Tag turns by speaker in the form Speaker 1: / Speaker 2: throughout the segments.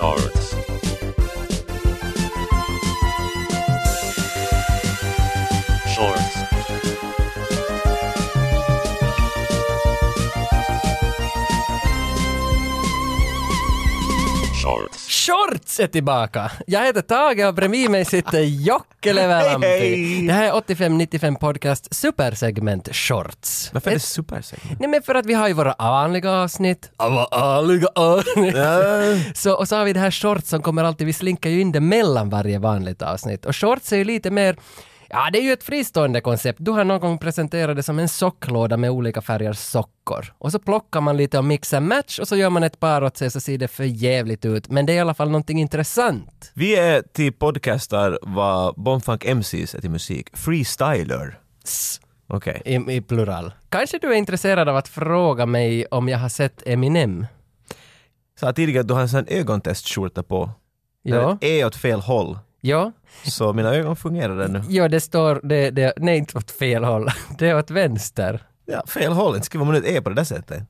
Speaker 1: Arts. Shorts. Shorts.
Speaker 2: Shorts är tillbaka! Jag heter Tage och bredvid mig sitter Jokkele Välämpi.
Speaker 3: Hej, hej.
Speaker 2: Det här är 8595 Podcast supersegment Shorts.
Speaker 3: Varför är det supersegment?
Speaker 2: Nej men för att vi har ju våra vanliga avsnitt. Alla vanliga avsnitt. Så, och så har vi det här shorts som kommer alltid, vi slinkar ju in det mellan varje vanligt avsnitt. Och shorts är ju lite mer Ja, det är ju ett fristående koncept. Du har någon gång presenterat det som en socklåda med olika färgers sockor. Och så plockar man lite och mixar match och så gör man ett par åt sig så ser det för jävligt ut. Men det är i alla fall någonting intressant.
Speaker 3: Vi är till podcastar vad Bombfunk MCs är till musik. Freestyler.
Speaker 2: S-
Speaker 3: Okej.
Speaker 2: I, I plural. Kanske du är intresserad av att fråga mig om jag har sett Eminem?
Speaker 3: Sa tidigare att du har en sån här ögontestskjorta på.
Speaker 2: Ja.
Speaker 3: Den är åt fel håll.
Speaker 2: Ja.
Speaker 3: Så mina ögon fungerar ännu.
Speaker 2: Ja, det står, det, det, nej inte åt fel håll, det är åt vänster.
Speaker 3: Ja, fel håll. Inte skriver man ut E på det där sättet.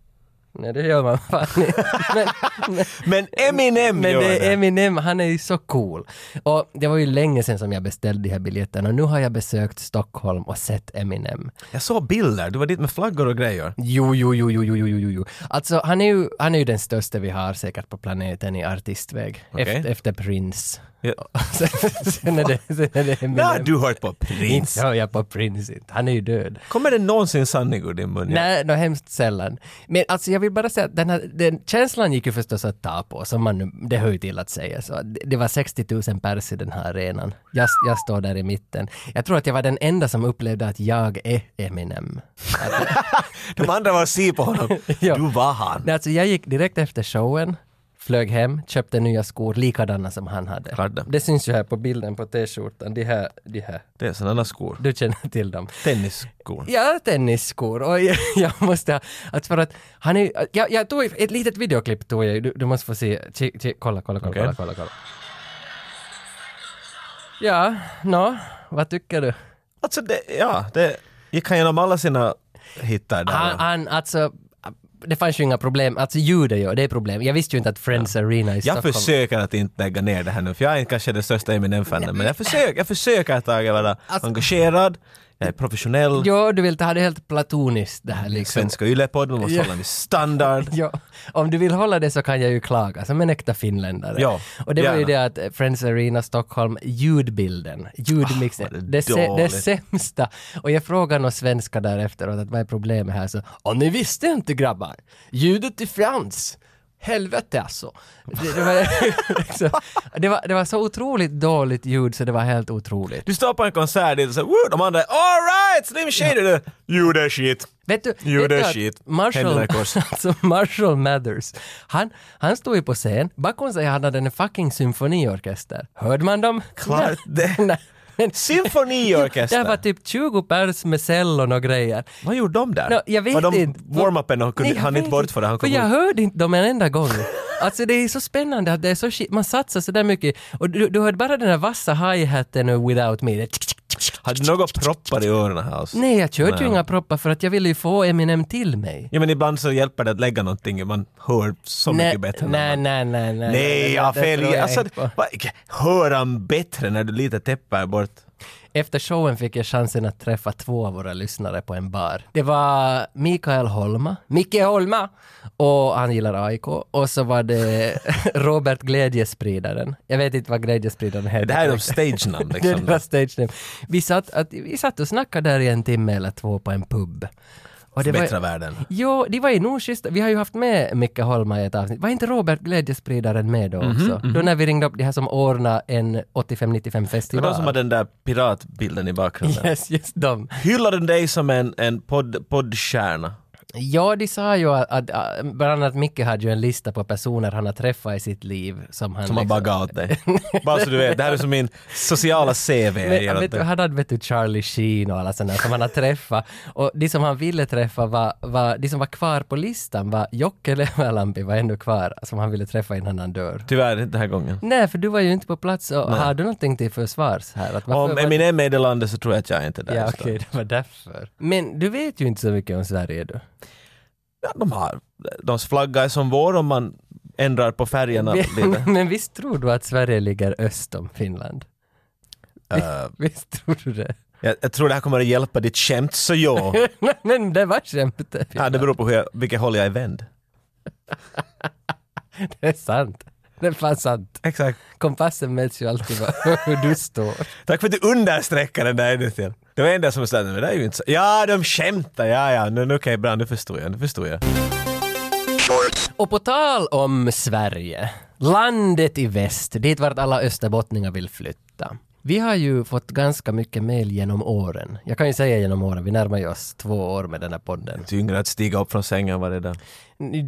Speaker 2: Nej, det gör man fan inte. Men, men,
Speaker 3: Men Eminem
Speaker 2: men
Speaker 3: gör
Speaker 2: det
Speaker 3: det.
Speaker 2: är Eminem, han är ju så cool. Och det var ju länge sedan som jag beställde de här biljetterna. Nu har jag besökt Stockholm och sett Eminem.
Speaker 3: Jag såg bilder. Du var dit med flaggor och grejer.
Speaker 2: Jo, jo, jo, jo, jo, jo, jo, jo, jo. Alltså, han är ju, han är ju den största vi har säkert på planeten i artistväg.
Speaker 3: Okej.
Speaker 2: Efter, efter Prince.
Speaker 3: Ja.
Speaker 2: sen, sen, är det, sen är det Eminem.
Speaker 3: När du hört på
Speaker 2: Inte
Speaker 3: Prince?
Speaker 2: hör jag på Prince inte. Han är ju död.
Speaker 3: Kommer det någonsin sanning ur din mun?
Speaker 2: Nej, nå hemskt sällan. Men alltså jag vill bara säga att den, här, den känslan gick ju förstås att ta på, som man nu, det hör ju till att säga. Så det, det var 60 000 pers i den här arenan. Jag, jag står där i mitten. Jag tror att jag var den enda som upplevde att jag är Eminem.
Speaker 3: De andra var si på honom.
Speaker 2: Ja.
Speaker 3: Du var han.
Speaker 2: Nej, alltså jag gick direkt efter showen, flög hem, köpte nya skor, likadana som han hade.
Speaker 3: Kladda.
Speaker 2: Det syns ju här på bilden på t-skjortan, de här, de här.
Speaker 3: Det är sådana skor.
Speaker 2: Du känner till dem.
Speaker 3: Tennisskor.
Speaker 2: Ja, tennisskor. Och jag, jag måste ha, att för att han är, jag, jag tog ett litet videoklipp tog jag, du, du måste få se, Ki- ki- kolla, kolla, kolla,
Speaker 3: Okej.
Speaker 2: kolla, kolla, kolla. Ja, nå, vad tycker du?
Speaker 3: Alltså det, ja, det gick han genom alla sina hittar där.
Speaker 2: Han, han, alltså, det fanns ju inga problem, alltså ljudet gör, det är problem. Jag visste ju inte att Friends Arena i
Speaker 3: jag
Speaker 2: Stockholm...
Speaker 3: försöker att inte lägga ner det här nu, för jag är inte kanske den största Eminem-fanen, men jag försöker, jag försöker att Tage, vara
Speaker 2: Alltså-
Speaker 3: engagerad, jag är professionell,
Speaker 2: Ja, du vill ha det helt platoniskt det här liksom.
Speaker 3: Svenska Yle-podd, man måste
Speaker 2: Ja.
Speaker 3: hålla en viss standard.
Speaker 2: Ja, om du vill hålla det så kan jag ju klaga som en äkta finländare.
Speaker 3: Ja,
Speaker 2: och det var ju
Speaker 3: gärna.
Speaker 2: det att eh, Friends Arena Stockholm, ljudbilden, ljudmixen,
Speaker 3: Ah, vad det
Speaker 2: det, se, det
Speaker 3: dåligt.
Speaker 2: sämsta. Och jag frågade någon svenska där efteråt att vad är problemet här? Så, och ni visste inte grabbar, ljudet i Frans. Helvete alltså. Det, det, var, så, det, var, det var så otroligt dåligt ljud så det var helt otroligt.
Speaker 3: Du står på en konsert dit och så woo, de andra alright, Slim Shady, du gjorde shit.
Speaker 2: Vet du,
Speaker 3: Jo,
Speaker 2: vet
Speaker 3: det är
Speaker 2: du att
Speaker 3: shit.
Speaker 2: Marshall,
Speaker 3: Händerna i kors.
Speaker 2: alltså Marshall Mathers, han, han stod ju på scen, bakom sig hade han en fucking symfoniorkester. Hörde man dem?
Speaker 3: Klart det.
Speaker 2: Nej, men
Speaker 3: Symfoniorkester.
Speaker 2: där var typ 20 pers med cellon och grejer.
Speaker 3: Vad gjorde de där?
Speaker 2: Nå, jag vet
Speaker 3: var de
Speaker 2: inte.
Speaker 3: warm-upen och kunde,
Speaker 2: Nej, jag
Speaker 3: han
Speaker 2: vet
Speaker 3: inte bort för det? Han kom
Speaker 2: för jag
Speaker 3: ut.
Speaker 2: hörde inte dem en enda gång. Alltså det är så spännande att det är så shit, man satsar så där mycket. Och du, du hörde bara den där vassa hi-haten och Without Me. Det-
Speaker 3: Hade något proppar i öronen här alltså?
Speaker 2: Nej, jag körde ju
Speaker 3: Nej.
Speaker 2: inga proppar för att jag ville ju få Eminem till mig.
Speaker 3: Ja men ibland så hjälper det att lägga någonting, man hör så mycket bättre.
Speaker 2: Nej,
Speaker 3: när man-
Speaker 2: nej, nej, nej.
Speaker 3: Nej, jag har
Speaker 2: det
Speaker 3: fel.
Speaker 2: tror jag
Speaker 3: Alltså,
Speaker 2: inte på.
Speaker 3: va, hör han bättre när du lite täpper bort?
Speaker 2: Efter showen fick jag chansen att träffa två av våra lyssnare på en bar. Det var Mikael Holma, Micke Holma, och han gillar AIK. Och så var det Robert Glädjespridaren. Jag vet inte vad Glädjespridaren heter.
Speaker 3: Det här är de stage-namn
Speaker 2: Det var
Speaker 3: liksom.
Speaker 2: stage name. Vi satt, att, vi satt och snackade där i en timme eller två på en pub. Och det
Speaker 3: Bättre världen.
Speaker 2: Jo, de var ju nog schyssta. Vi har ju haft med Micke Holma i ett avsnitt. Var inte Robert Glädjespridaren med
Speaker 3: Mhm,
Speaker 2: då också? Då när vi ringde upp de här som ordnade en 85-95
Speaker 3: Det var
Speaker 2: festival.
Speaker 3: de som har den där piratbilden i bakgrunden.
Speaker 2: Yes, just dem.
Speaker 3: Hyllar den dig som en, en podd, poddstjärna?
Speaker 2: Ja, de sa ju att, att, att bland annat Micke hade ju en lista på personer han har träffat i sitt liv som han
Speaker 3: Som har
Speaker 2: liksom-
Speaker 3: baggat åt dig. Bara så du vet, det här är som min sociala CV. jag
Speaker 2: Men,
Speaker 3: ger åt
Speaker 2: vet du,
Speaker 3: dig.
Speaker 2: han hade vet du, Charlie Sheen och alla sådana som han har träffat. Och de som han ville träffa var, var de som var kvar på listan var Jocke Levalampi var ändå kvar som han ville träffa innan han dör.
Speaker 3: Tyvärr, inte den här gången.
Speaker 2: Nej, för du var ju inte på plats och har du någonting till försvars här? Att varför
Speaker 3: Om
Speaker 2: var-
Speaker 3: Eminem är i det landet så tror jag att jag inte är där.
Speaker 2: Ja,
Speaker 3: just då.
Speaker 2: okej, det var därför. Men du vet ju inte så mycket om Sverige du.
Speaker 3: Ja, de har, deras flagga är som vår om man ändrar på färgerna lite.
Speaker 2: Men visst tror du att Sverige ligger öst om Finland?
Speaker 3: Eh,
Speaker 2: Visst tror du det?
Speaker 3: jag, jag tror det här kommer att hjälpa ditt skämt, så ja.
Speaker 2: Nej, Men det var skämtet.
Speaker 3: ja det beror på hur jag, vilket håll jag är vänd.
Speaker 2: Det är sant. Det är fan sant.
Speaker 3: Exakt.
Speaker 2: Kompassen mäts ju alltid bara hur du står.
Speaker 3: Tack för att du understreckade den där ännu till. Det var en där som sa "Nej, men det är ju inte så. Ja, de skämtar, ja, ja. Nu, nu, okej, bra, nu förstår jag, nu förstår jag.
Speaker 2: Och på tal om Sverige, landet i väst, dit vart alla österbottningar vill flytta. Vi har ju fått ganska mycket mail genom åren. Jag kan ju säga genom åren, vi närmar ju oss två år med den här podden.
Speaker 3: Tyngre att stiga upp från sängen var det där.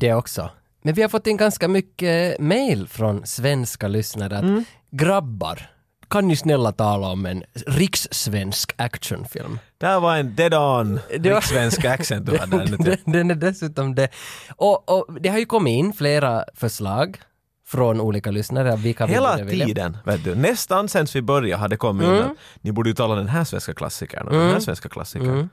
Speaker 2: Det också. Men vi har fått in ganska mycket mail från svenska lyssnare att grabbar, kan ni snälla tala om en rikssvensk actionfilm?
Speaker 3: Där var en dead on
Speaker 2: Det var-
Speaker 3: svensk accent du hade där ännu till.
Speaker 2: den, den är dessutom det. Och, och det har ju kommit in flera förslag från olika lyssnare. av Vilka vi
Speaker 3: Hela
Speaker 2: borde vilja-
Speaker 3: tiden, vet du. Nästan sen vi började hade kommit
Speaker 2: Mm.
Speaker 3: in att ni borde ju tala om den här svenska klassikern och den här svenska klassikern.
Speaker 2: Mm.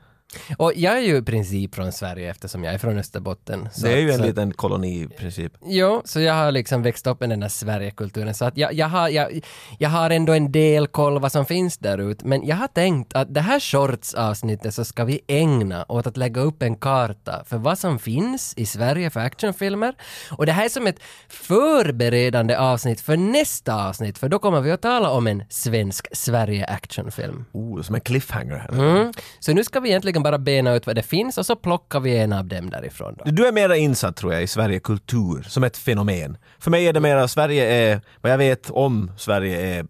Speaker 2: Och jag är ju i princip från Sverige eftersom jag är från Österbotten. Så,
Speaker 3: Det är ju en
Speaker 2: så,
Speaker 3: liten koloni i princip.
Speaker 2: Jo, så jag har liksom växt upp med den här Sverigekulturen. Så att jag, jag, har, jag, jag har ändå en del koll vad som finns där ute. Men jag har tänkt att det här shorts-avsnittet så ska vi ägna åt att lägga upp en karta för vad som finns i Sverige för actionfilmer. Och det här är som ett förberedande avsnitt för nästa avsnitt. För då kommer vi att tala om en svensk Sverige-actionfilm.
Speaker 3: Oh, som en cliffhanger här.
Speaker 2: Mm. Så nu ska vi egentligen bara bena ut vad det finns och så plockar vi en av dem därifrån. Då.
Speaker 3: Du är mera insatt tror jag i Sverige kultur som ett fenomen. För mig är det mera Sverige är, vad jag vet om Sverige är äh,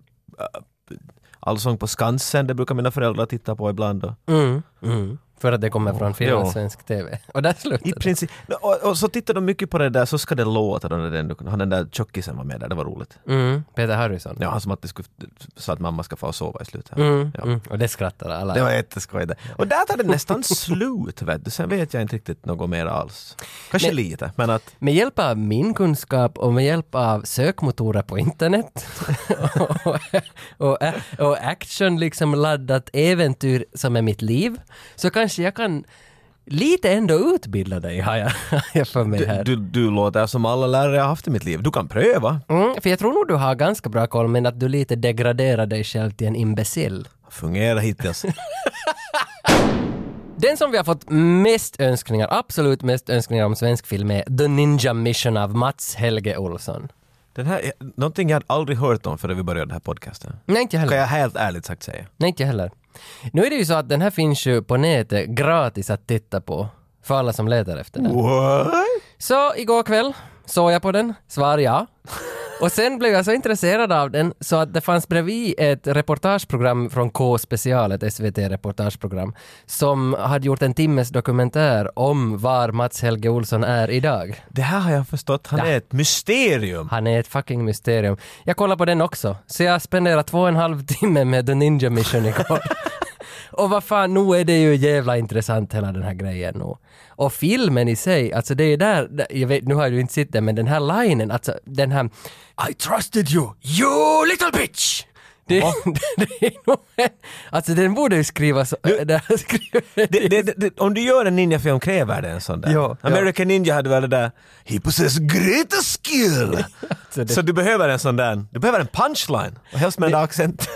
Speaker 3: Allsång på Skansen, det brukar mina föräldrar titta på ibland. Och,
Speaker 2: Mm. Mm. För att det kommer från
Speaker 3: Ja.
Speaker 2: finlandssvensk TV. Och där
Speaker 3: i
Speaker 2: slutar det.
Speaker 3: princip, och, och så tittar de mycket på det där, så ska det låta. Då, när den, han den där tjockisen var med där, det var roligt.
Speaker 2: Mm. Peter Harrison.
Speaker 3: Ja, han som alltid skulle, sa att mamma ska få sova i slutet.
Speaker 2: Mm.
Speaker 3: Ja.
Speaker 2: Mm. Och det skrattar alla.
Speaker 3: Det var jätteskoj det. Och där tar det nästan slut vet du, sen vet jag inte riktigt något mer alls. Kanske
Speaker 2: Men-
Speaker 3: lite, men att
Speaker 2: Med hjälp av min kunskap och med hjälp av sökmotorer på internet och, och, och action liksom laddat äventyr som är mitt liv så kanske jag kan lite ändå utbilda dig har jag, har jag för mig här.
Speaker 3: du, du, du låter som alla lärare jag har haft i mitt liv. Du kan pröva.
Speaker 2: Mm, för jag tror nog du har ganska bra koll men att du lite degraderar dig själv till en imbecill.
Speaker 3: Fungerar hittills.
Speaker 2: Den som vi har fått mest önskningar, absolut mest önskningar om svensk film är The Ninja Mission av Mats Helge Olsson.
Speaker 3: Den här, någonting jag hade aldrig hört om förrän vi började den här podcasten.
Speaker 2: Nej, inte jag heller.
Speaker 3: Kan jag helt ärligt sagt säga.
Speaker 2: Nej, inte jag heller. Nu är det ju så att den här finns ju på nätet gratis att titta på för alla som letar efter den.
Speaker 3: What?
Speaker 2: Så igår kväll såg jag på den, svar ja. Och sen blev jag så intresserad av den så att det fanns bredvid ett reportageprogram från K-special, ett SVT-reportageprogram, som hade gjort en timmes dokumentär om var Mats Helge Olsson är idag.
Speaker 3: Det här har jag förstått, han är ett mysterium.
Speaker 2: Han är ett fucking mysterium. Jag kollade på den också, så jag spenderade två och en halv timme med The Ninja Mission igår. och vad fan, nu är det ju jävla intressant hela den här grejen nu. Och filmen i sig, alltså det är där, där- jag vet, nu har du inte sett den, men den här linen, alltså den här I trusted you, you little bitch! Det, det är nog en, alltså den borde ju skrivas, det här skrivet.
Speaker 3: Det, det, det- det, om du gör en ninjafilm kräver det en sån där.
Speaker 2: Ja, ja.
Speaker 3: American Ninja hade väl det där “He possess great skill”.
Speaker 2: Alltså, det-
Speaker 3: Så du behöver en sån där, du behöver en punchline. Och helst med en accent.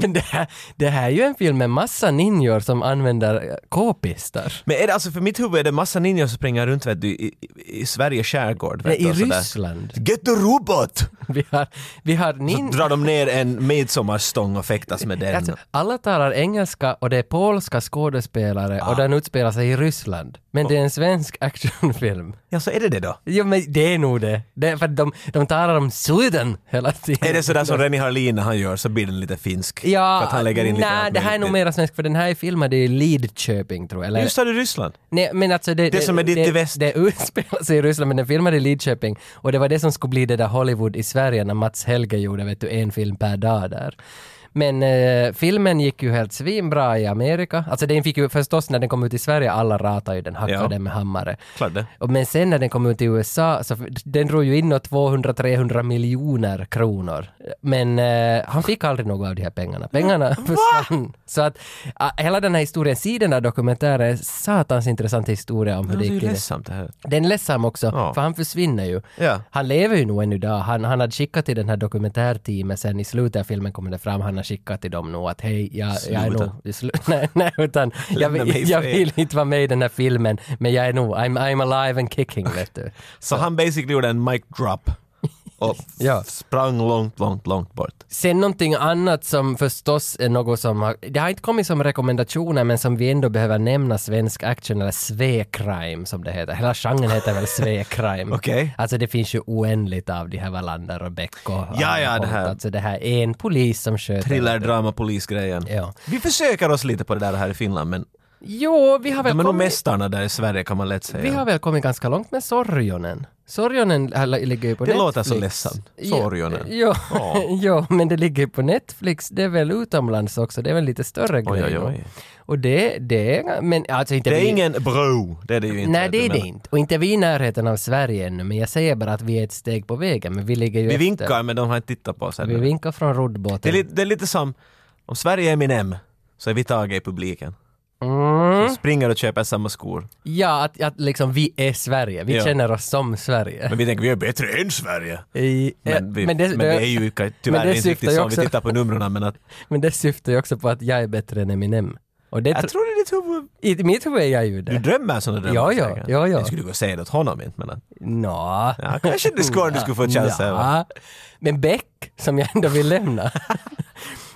Speaker 2: Men det här, det här är ju en film med massa ninjor som använder eh, k-pistar.
Speaker 3: Men är det, alltså för mitt huvud är det massa ninjor som springer runt vet du, i, i, i Sveriges skärgård. Vet
Speaker 2: Nej,
Speaker 3: du,
Speaker 2: i
Speaker 3: och sådär.
Speaker 2: Ryssland.
Speaker 3: Get the robot!
Speaker 2: Vi har, vi har
Speaker 3: Så
Speaker 2: nin...
Speaker 3: drar de ner en midsommarstång och fäktas med den.
Speaker 2: Alltså, alla talar engelska och det är polska skådespelare och
Speaker 3: Ah.
Speaker 2: den utspelar sig i Ryssland. Men det är en svensk actionfilm.
Speaker 3: Ja, så är det det då?
Speaker 2: Jo men det är nog det. det är för att de, de talar om Sweden hela tiden.
Speaker 3: Är det sådär som Renny Harlin när han gör så blir den lite finsk?
Speaker 2: Ja,
Speaker 3: för att han lägger in lite
Speaker 2: nej,
Speaker 3: allt
Speaker 2: det här är
Speaker 3: möjligt.
Speaker 2: nog mera svensk för den här är filmad i Lidköping tror jag. Eller,
Speaker 3: Just det, det är Ryssland.
Speaker 2: nej, men alltså det,
Speaker 3: Det som är ditt
Speaker 2: det,
Speaker 3: i väst.
Speaker 2: Det utspelar sig i Ryssland men den filmade i Lidköping och det var det som skulle bli det där Hollywood i Sverige när Mats Helge gjorde vet du, en film per dag där. Men eh, filmen gick ju helt svinbra i Amerika. Alltså den fick ju förstås när den kom ut i Sverige, alla ratade ju den, hackade
Speaker 3: Ja.
Speaker 2: den med hammare.
Speaker 3: Klart det.
Speaker 2: Och Men sen när den kom ut i USA, så f- den drog ju in nå 200-300 miljoner kronor. Men eh, han fick aldrig något av de här pengarna. Pengarna försvann. Så att ah, hela den här historien, sidan där dokumentären, är satans intressant historia om hur
Speaker 3: Men
Speaker 2: det
Speaker 3: Det är ju
Speaker 2: gick till.
Speaker 3: ledsamt det här.
Speaker 2: Den är ledsam också,
Speaker 3: Ja.
Speaker 2: för han försvinner ju.
Speaker 3: Ja.
Speaker 2: Han lever ju nog ännu idag. Han, han hade skickat till den här dokumentärteamet sen i slutet av filmen kommer det fram, han har skickat till dem nog att hej, jag, jag är nog...
Speaker 3: Sluta.
Speaker 2: slu- nej, nej, utan jag,
Speaker 3: Lämna mig i
Speaker 2: vill- jag
Speaker 3: fred.
Speaker 2: vill inte vara med i den här filmen, men jag är nog, I'm, I'm alive and kicking, vet du.
Speaker 3: Så han basically gjorde en mic drop och
Speaker 2: Ja.
Speaker 3: sprang långt, långt, långt bort.
Speaker 2: Sen någonting annat som förstås är något som har, det har inte kommit som rekommendationer men som vi ändå behöver nämna svensk action eller svekrime som det heter. Hela genren heter väl svekrime.
Speaker 3: Okej.
Speaker 2: Alltså det finns ju oändligt av de här Wallander och Beck och
Speaker 3: Ja, ja,
Speaker 2: och
Speaker 3: det här-
Speaker 2: Holt. Alltså det här är en polis som sköter.
Speaker 3: Thriller, drama, polisgrejen.
Speaker 2: Ja.
Speaker 3: Vi försöker oss lite på det där här i Finland men
Speaker 2: Jo, vi har väl
Speaker 3: de är nog
Speaker 2: kommit...
Speaker 3: mästarna där i Sverige kan man lätt
Speaker 2: Vi
Speaker 3: säga.
Speaker 2: har väl kommit ganska långt med Sorjonen. Sorjonen här ligger ju på
Speaker 3: Det
Speaker 2: Netflix.
Speaker 3: låter så ledsamt. Sorjonen.
Speaker 2: Jo,
Speaker 3: Ja.
Speaker 2: jo, men det ligger på Netflix. Det är väl utomlands också. Det är väl lite större
Speaker 3: Oj,
Speaker 2: grej.
Speaker 3: oj,
Speaker 2: då.
Speaker 3: oj.
Speaker 2: Och det, det är... Men alltså inte
Speaker 3: Det
Speaker 2: vi,
Speaker 3: är ingen bro, det är det ju inte.
Speaker 2: Nej, det är
Speaker 3: Men
Speaker 2: det inte. Och inte är vi i närheten av Sverige ännu. Men jag säger bara att vi är ett steg på vägen. Men vi ligger ju
Speaker 3: Vi
Speaker 2: efter.
Speaker 3: vinkar men de har inte tittat på oss
Speaker 2: Vi
Speaker 3: ännu.
Speaker 2: vinkar från
Speaker 3: Det är,
Speaker 2: roddbåten.
Speaker 3: lite, det är lite som, om Sverige är min M så är vi taget i publiken.
Speaker 2: Mm.
Speaker 3: Springer och köper samma skor.
Speaker 2: Ja, att, att liksom vi är Sverige. Vi
Speaker 3: Ja.
Speaker 2: känner oss som Sverige.
Speaker 3: Men vi tänker vi är bättre än Sverige.
Speaker 2: I,
Speaker 3: Men, vi,
Speaker 2: eh,
Speaker 3: men, det, är ju tyvärr
Speaker 2: men det
Speaker 3: inte
Speaker 2: syftar
Speaker 3: riktigt
Speaker 2: ju
Speaker 3: så.
Speaker 2: också-
Speaker 3: Vi tittar på numren men att,
Speaker 2: Men det syftar ju också på att jag är bättre än Eminem. Och det
Speaker 3: jag
Speaker 2: tro-
Speaker 3: tror det är ditt huvud.
Speaker 2: I mitt huvud är jag ju
Speaker 3: Du
Speaker 2: det.
Speaker 3: drömmer sådana drömmar
Speaker 2: Ja, ja,
Speaker 3: säkert.
Speaker 2: ja, ja.
Speaker 3: Jag skulle gå och säga det åt honom inte men att,
Speaker 2: Nå.
Speaker 3: ja, kanske du skulle om du skulle få chansen. va?
Speaker 2: Ja. Men Beck, som jag ändå vill lämna.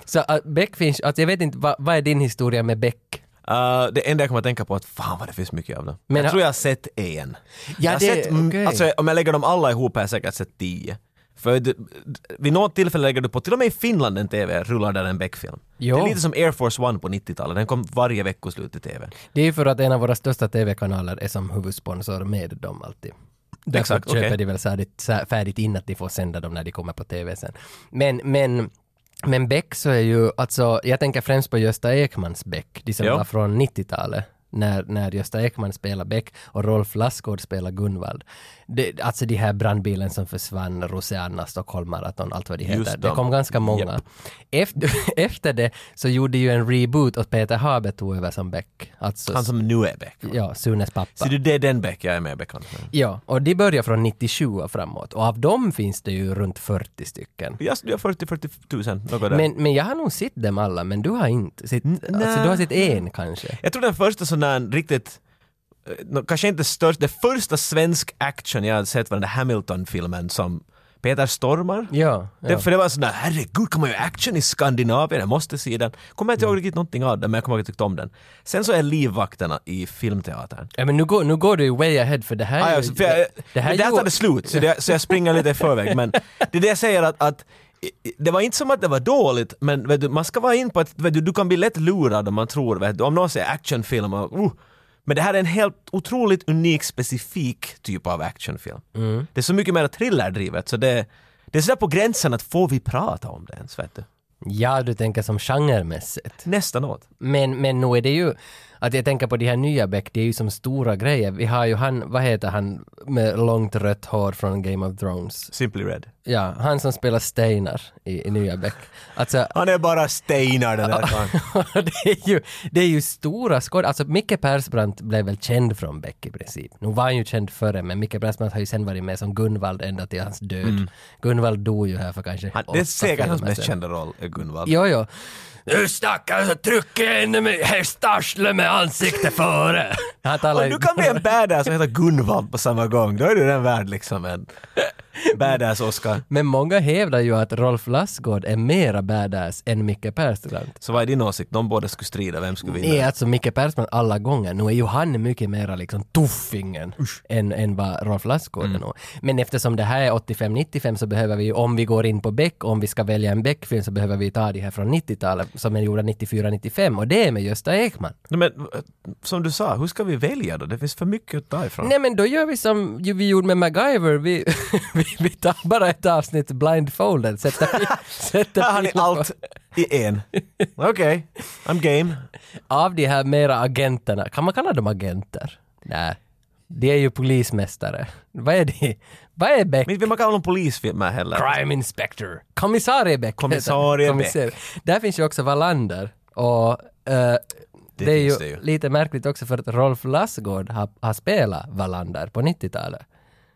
Speaker 2: Så äh, Beck finns, alltså jag vet inte, vad, vad är din historia med Beck?
Speaker 3: Uh, det enda jag kommer att tänka på är att fan vad det finns mycket av dem.
Speaker 2: Men
Speaker 3: jag
Speaker 2: ha-
Speaker 3: tror jag har sett en.
Speaker 2: Ja,
Speaker 3: jag har
Speaker 2: det-
Speaker 3: sett, mm,
Speaker 2: okej.
Speaker 3: alltså, om jag lägger dem alla ihop har jag säkert sett tio. För du, vid något tillfälle lägger du på, till och med i Finland en TV rullar där en Beck-film.
Speaker 2: Jo.
Speaker 3: Det är lite som Air Force One på 90-talet, den kom varje veckoslut i TV.
Speaker 2: Det är ju för att en av våra största TV-kanaler är som huvudsponsor med dem alltid. Därför
Speaker 3: Exakt,
Speaker 2: köper
Speaker 3: okej.
Speaker 2: de väl färdigt, färdigt in att de får sända dem när de kommer på TV sen. Men, men, men Beck så är ju, alltså jag tänker främst på Gösta Ekmans Beck, de som
Speaker 3: Ja.
Speaker 2: var från 90-talet. När, när Gösta Ekman spelar Beck och Rolf Lassgård spelar Gunvald. Det, alltså de här brandbilen som försvann, Roseanna, Stockholmmaraton, allt vad de
Speaker 3: Just
Speaker 2: heter. Det
Speaker 3: dem.
Speaker 2: kom ganska många. Efter, efter det så gjorde ju en reboot och Peter Haber tog över som Beck. Alltså,
Speaker 3: Han som nu är Beck.
Speaker 2: ja, Sunes pappa.
Speaker 3: Så det, det är den Beck jag är mer bekant med.
Speaker 2: Ja, och de börjar från 97 och framåt. Och av dem finns det ju runt 40 stycken.
Speaker 3: Jag studerar 40-40 000, något där.
Speaker 2: Men, men jag har nog sett dem alla, men du har inte sett, alltså
Speaker 3: nä.
Speaker 2: du har sett en kanske.
Speaker 3: Jag tror den första sån där riktigt eh, nå- Kanske inte störst, det första svensk action jag hade sett var den där Hamilton-filmen som Peter Stormar
Speaker 2: Ja, ja.
Speaker 3: Det, för det var sån där, herregud, kan man göra action i Skandinavien? Jag måste se den. Kommer inte ihåg riktigt någonting av den, men jag kommer ihåg att jag tyckte om den. Sen så är Livvakterna i filmteatern.
Speaker 2: ja men nu går, nu går du ju way ahead för det här
Speaker 3: Ah,
Speaker 2: är
Speaker 3: ja,
Speaker 2: ju-
Speaker 3: för jag,
Speaker 2: det
Speaker 3: det
Speaker 2: här
Speaker 3: här
Speaker 2: är
Speaker 3: där
Speaker 2: ju-
Speaker 3: tar det slut, så, det, så jag springer lite i förväg. Men det är det jag säger att, att i- det var inte som att det var dåligt, men vet du, man ska vara in på att vet du, du kan bli lätt lurad om man tror, vet du, om någon säger actionfilm och uh, men det här är en helt otroligt unik, specifik typ av actionfilm.
Speaker 2: Mm.
Speaker 3: Det är så mycket mer thrillerdrivet, så det, det är sådär på gränsen att får vi prata om det ens, vet du?
Speaker 2: Ja, du tänker som genremässigt.
Speaker 3: Nästan åt.
Speaker 2: Men, men nu är det ju, att jag tänker på de här nya Beck, det är ju som stora grejer. Vi har ju han, vad heter han, med långt rött hår från Game of Thrones.
Speaker 3: Simply Red.
Speaker 2: Ja, han som spelar Steinar i, i nya Beck. Alltså,
Speaker 3: Han är bara steinar den där karln.
Speaker 2: det, är ju, det är ju stora skådespelare. Alltså Micke Persbrandt blev väl känd från Beck i princip. Nu var han ju känd före, men Micke Persbrandt har ju sen varit med som Gunvald ända till hans död. Gunvald dog ju här för kanske
Speaker 3: Mm. Han- Det är
Speaker 2: åtta
Speaker 3: säkert hans
Speaker 2: filmer
Speaker 3: mest
Speaker 2: sedan.
Speaker 3: kända roll, är Gunvald.
Speaker 2: Jo, jo. Nu stackars så trycker jag in mig hästarsle med ansikte före. Han talar
Speaker 3: Om
Speaker 2: ju-
Speaker 3: du kan bli en badass och heta Gunvald på samma gång, då är du den värd liksom en badass-Oscar.
Speaker 2: Men många hävdar ju att Rolf Lassgård är mera badass än Micke Persbrandt.
Speaker 3: Så vad är din åsikt? De båda skulle strida, vem skulle vinna?
Speaker 2: är alltså Micke Persman alla gånger. Nu är ju han mycket mera liksom tuffingen än, än vad Rolf Lassgård är nog. Men eftersom det här är 85-95 så behöver vi ju, om vi går in på Beck, om vi ska välja en Beck-film så behöver vi ta det här från 90-talet som är gjorda 94-95 och det är med Gösta Ekman.
Speaker 3: Nej, men, eh, som du sa, hur ska vi välja då? Det finns för mycket att ta ifrån.
Speaker 2: Nej men då gör vi som ju vi gjorde med MacGyver, vi, vi vi tar bara ett avsnitt blindfolded. Sätter, sätter
Speaker 3: Här har ni
Speaker 2: pilen på.
Speaker 3: allt i en. Okej, I'm game.
Speaker 2: Av de här mera agenterna, kan man kalla dem agenter? Nej. De är ju polismästare. Vad är de? Vad är Beck?
Speaker 3: Men inte vill man kalla dem polisfilmer heller.
Speaker 2: Crime Inspector. Kommissarie Beck. heter han.
Speaker 3: Kommissarie
Speaker 2: Där finns ju också Wallander. Och eh, det, är ju
Speaker 3: finns det ju.
Speaker 2: lite märkligt också för att Rolf Lassgård har, har spelat Wallander på 90-talet.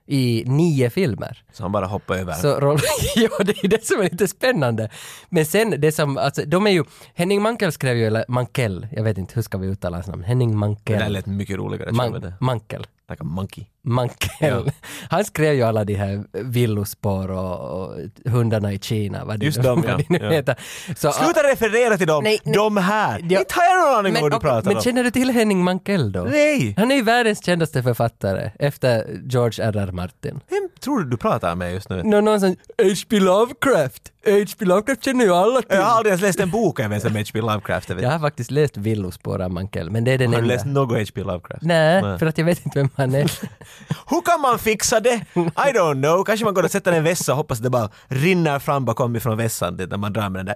Speaker 2: I nio filmer.
Speaker 3: Så han bara hoppar över.
Speaker 2: Så Rolf, ja det är det som är lite spännande. Men sen det som, alltså de är ju, Henning Mankell skrev ju, eller Mankell, jag vet inte hur ska vi uttala hans namn, Henning
Speaker 3: det där
Speaker 2: Mankell.
Speaker 3: lät mycket roligare. Man...
Speaker 2: Man,
Speaker 3: Det.
Speaker 2: Mankell.
Speaker 3: Like a monkey.
Speaker 2: Mankell. Han skrev ju alla de här villospår och, och hundarna i Kina. Vad det,
Speaker 3: Just dem,
Speaker 2: vad
Speaker 3: ja.
Speaker 2: det nu
Speaker 3: Ja.
Speaker 2: heter. Så,
Speaker 3: Sluta referera till dem!
Speaker 2: Nej, nej.
Speaker 3: De här!
Speaker 2: Ja.
Speaker 3: Inte har jag någon aning om vad du
Speaker 2: och-
Speaker 3: pratar
Speaker 2: men
Speaker 3: om.
Speaker 2: känner du till Henning Mankell då?
Speaker 3: Nej!
Speaker 2: Han är ju världens kändaste författare efter George R.R. Martin.
Speaker 3: Vem tror du du pratar med just nu?
Speaker 2: Nå- Någon som H.P. Lovecraft. H.P. Lovecraft känner ju alla till.
Speaker 3: Jag har aldrig ens läst en bok även som H.P. Lovecraft. Jag vet.
Speaker 2: Jag har faktiskt läst Villospår av Mankell, men det är den
Speaker 3: Har du
Speaker 2: enda.
Speaker 3: läst något H.P. Lovecraft?
Speaker 2: Nej, för att jag vet inte vem han är.
Speaker 3: Hur kan man fixa det? I don't know. Kanske man går och sätter en vässa och hoppas det bara rinner fram bakom ifrån vässan det, när man drar med den där.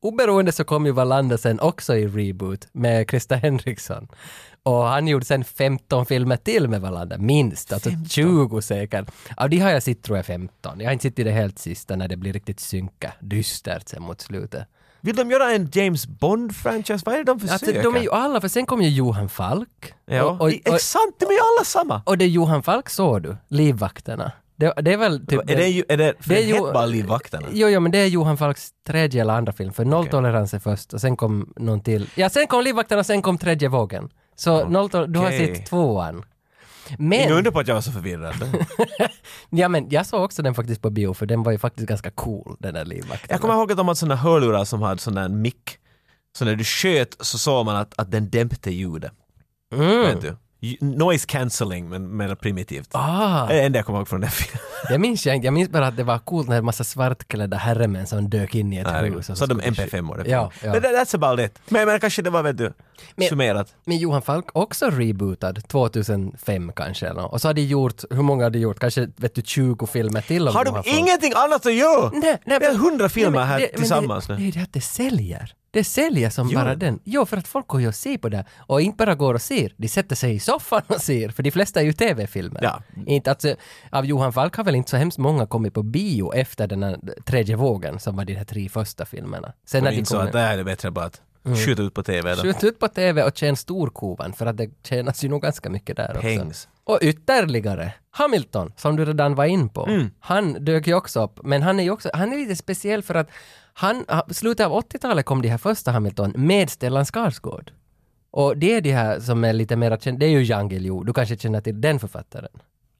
Speaker 2: Oberoende så kom ju Wallander sen också i reboot med Krista Henriksson. Och han gjorde sen 15 filmer till med Wallander, minst. Alltså 20 säkert. Av de har jag sett tror jag 15. Jag har inte sett i det helt sista när det blir riktigt synka, dystert sen mot slutet.
Speaker 3: Vill de göra en James Bond-franchise? Vad är det de försöker?
Speaker 2: Alltså de är ju alla, för sen kom ju Johan Falk.
Speaker 3: Ja,
Speaker 2: Och, och, och,
Speaker 3: exakt, de är ju alla samma!
Speaker 2: och det Johan Falk såg du, Livvakterna. Det, det är väl typ...
Speaker 3: är, det, ju- är det, för
Speaker 2: det är ju-
Speaker 3: hette bara Livvakterna?
Speaker 2: Jo, jo, men det är Johan Falks tredje eller andra film, för Nolltolerans är först och sen kom någon till. Ja, sen kom Livvakterna och sen kom Tredje vågen. Så nolltol- du har
Speaker 3: Okej.
Speaker 2: sett tvåan.
Speaker 3: Ingen
Speaker 2: Men,
Speaker 3: undrar på att jag var så förvirrad.
Speaker 2: ja, men jag såg också den faktiskt på bio, för den var ju faktiskt ganska cool, den där Livvakterna.
Speaker 3: jag kommer ihåg att de hade såna hörlurar som hade sån där mick. Så när du sköt så såg man att, att den dämpte ljudet. Vet
Speaker 2: mm.
Speaker 3: du? Ju- Noise cancelling, men mer primitivt.
Speaker 2: Ah,
Speaker 3: Det är det Eh, enda jag kommer ihåg från den filmen.
Speaker 2: det minns jag inte. Jag minns bara att det var coolt när en massa svartklädda herremän som dök in i ett hus.
Speaker 3: Herregud.
Speaker 2: och
Speaker 3: Så de
Speaker 2: skulle skjuta.
Speaker 3: MP5 år
Speaker 2: Ja, ja.
Speaker 3: Men that- that's about it. Men, men kanske det var, vet du,
Speaker 2: Men-
Speaker 3: summerat.
Speaker 2: Men Johan Falk också rebootad 2005 kanske eller nåt. Och så har de gjort, hur många har de gjort? Kanske vet du 20 filmer till om Johan
Speaker 3: Har de
Speaker 2: Falk.
Speaker 3: ingenting annat att göra?
Speaker 2: Nej, nej,
Speaker 3: Vi har
Speaker 2: men-
Speaker 3: hundra filmer
Speaker 2: men
Speaker 3: här
Speaker 2: det- men
Speaker 3: tillsammans
Speaker 2: det,
Speaker 3: nu.
Speaker 2: Det är ju det att det säljer. Det säljer som
Speaker 3: Gör
Speaker 2: bara
Speaker 3: det?
Speaker 2: den. Jo, för att folk går ju och ser på det. Och inte bara går och ser, de sätter sig i soffan och ser. För de flesta är ju tv-filmer.
Speaker 3: Ja.
Speaker 2: Inte, alltså, av Johan Falk har väl inte så hemskt många kommit på bio efter den här tredje vågen som var de här tre första filmerna. Sen
Speaker 3: De
Speaker 2: när de
Speaker 3: insåg
Speaker 2: kom
Speaker 3: att det här är bättre bara att
Speaker 2: Mm.
Speaker 3: skjuta ut på TV. Då.
Speaker 2: Skjut ut på TV och tjän storkovan för att det tjänas ju nog ganska mycket där också.
Speaker 3: Pengs.
Speaker 2: Och ytterligare, Hamilton, som du redan var in på, han dök ju också upp, men han är ju också, han är lite speciell för att han, ha- slutet av 80-talet kom de här första Hamilton med Stellan Skarsgård. Och det är de här som är lite mer kända, det är ju Jan Guillou, du kanske känner till den författaren.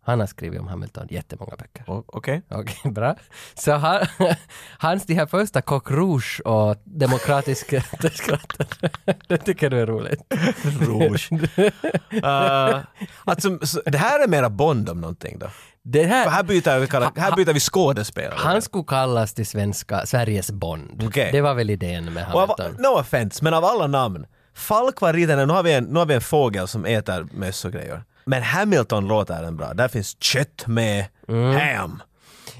Speaker 2: Han har skrivit om Hamilton jättemånga böcker.
Speaker 3: O- Okej.
Speaker 2: Okej, bra. Så han, hans de här första Coq Rouge och Demokratiska skrattet, det tycker du är roligt.
Speaker 3: Rouge. Eh, alltså, så, det här är mera Bond om någonting då.
Speaker 2: Det här,
Speaker 3: För här byter vi, karak- här byter vi skådespelare.
Speaker 2: han skulle kallas till svenska, Sveriges Bond.
Speaker 3: Okej.
Speaker 2: Det var väl idén med
Speaker 3: Och Mm, av,
Speaker 2: Hamilton.
Speaker 3: no offense, men av alla namn. Falk var riden, nu har, vi en, nu har vi en fågel som äter möss och grejer. Men Hamilton låter den bra. Där finns kött med
Speaker 2: Mm.
Speaker 3: ham.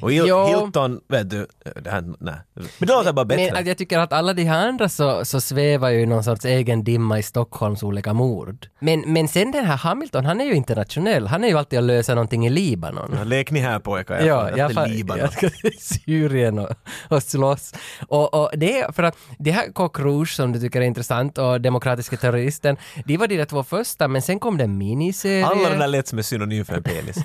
Speaker 3: Och Il-
Speaker 2: Jo.
Speaker 3: Hilton, vet du, det här, nej. Men det låter bara bättre.
Speaker 2: Men att jag tycker att alla de här andra så, så svävar ju i någon sorts egen dimma i Stockholms olika mord. Men, men sen den här Hamilton, han är ju internationell. Han är ju alltid att lösa någonting i Libanon.
Speaker 3: Ja, Lek ni här pojkar, jag
Speaker 2: Ja,
Speaker 3: får-
Speaker 2: jag
Speaker 3: till
Speaker 2: fa-
Speaker 3: Libanon.
Speaker 2: jag ska till Syrien och, och slåss. Och, och det är för att det här Coq Rouge som du tycker är intressant och Demokratiska terroristen, de var de där två första men sen kom det en miniserie.
Speaker 3: Alla de där lät som en synonym för en penis.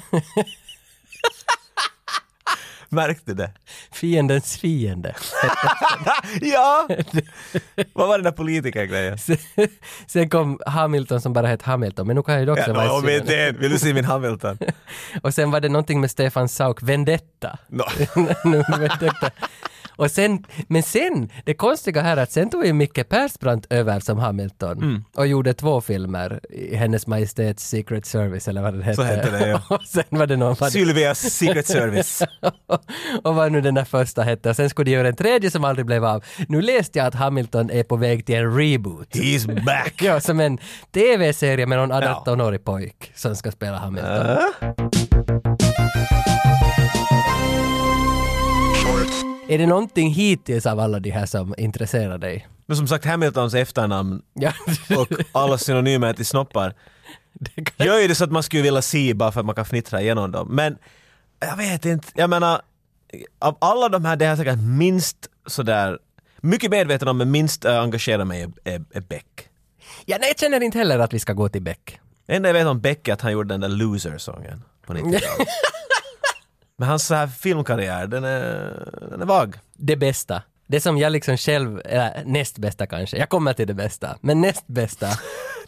Speaker 3: Märkte det?
Speaker 2: Fiendens fiende.
Speaker 3: ja! Vad var den där politikergrejen?
Speaker 2: Sen- sen kom Hamilton som bara hette Hamilton men nu kan jag ju också
Speaker 3: Ja,
Speaker 2: vara i
Speaker 3: no,
Speaker 2: Syrien.
Speaker 3: men det, vill du se min Hamilton?
Speaker 2: Och sen var det någonting med Stefan Sauk, Vendetta.
Speaker 3: No.
Speaker 2: Nu vet jag inte. Och sen, men sen, det konstiga här är att sen tog ju Micke Persbrandt över som Hamilton
Speaker 3: Mm.
Speaker 2: och gjorde två filmer, i Hennes Majestäts Secret Service eller vad den hette.
Speaker 3: Så hette det, ja.
Speaker 2: och sen var det någon, vad det-
Speaker 3: Sylvias Secret Service.
Speaker 2: och vad nu den där första hette, och sen skulle de göra en tredje som aldrig blev av. Nu läste jag att Hamilton är på väg till en reboot.
Speaker 3: He's back!
Speaker 2: Ja, som en TV-serie med någon
Speaker 3: Ja. Äh?
Speaker 2: 18-årig pojk som ska spela Hamilton. Är det någonting hittills av alla de här som intresserar dig?
Speaker 3: Men som sagt, Hamiltons efternamn
Speaker 2: Ja,
Speaker 3: och alla synonymer till snoppar
Speaker 2: det kan-
Speaker 3: gör ju det så att man skulle vilja se bara för att man kan fnittra igenom dem. Men jag vet inte, jag menar, av alla de här, det här säkert minst sådär, mycket medveten om men minst eh, engagerar mig är, är, är Beck.
Speaker 2: ja, nej, jag känner inte heller att vi ska gå till Beck.
Speaker 3: Det enda jag vet om Beck är att han gjorde den där Loser-sången på 90-talet. men hans så här filmkarriär, den är, den är vag.
Speaker 2: Det bästa. Det som jag liksom själv, eller näst bästa kanske, jag kommer till det bästa, men näst bästa.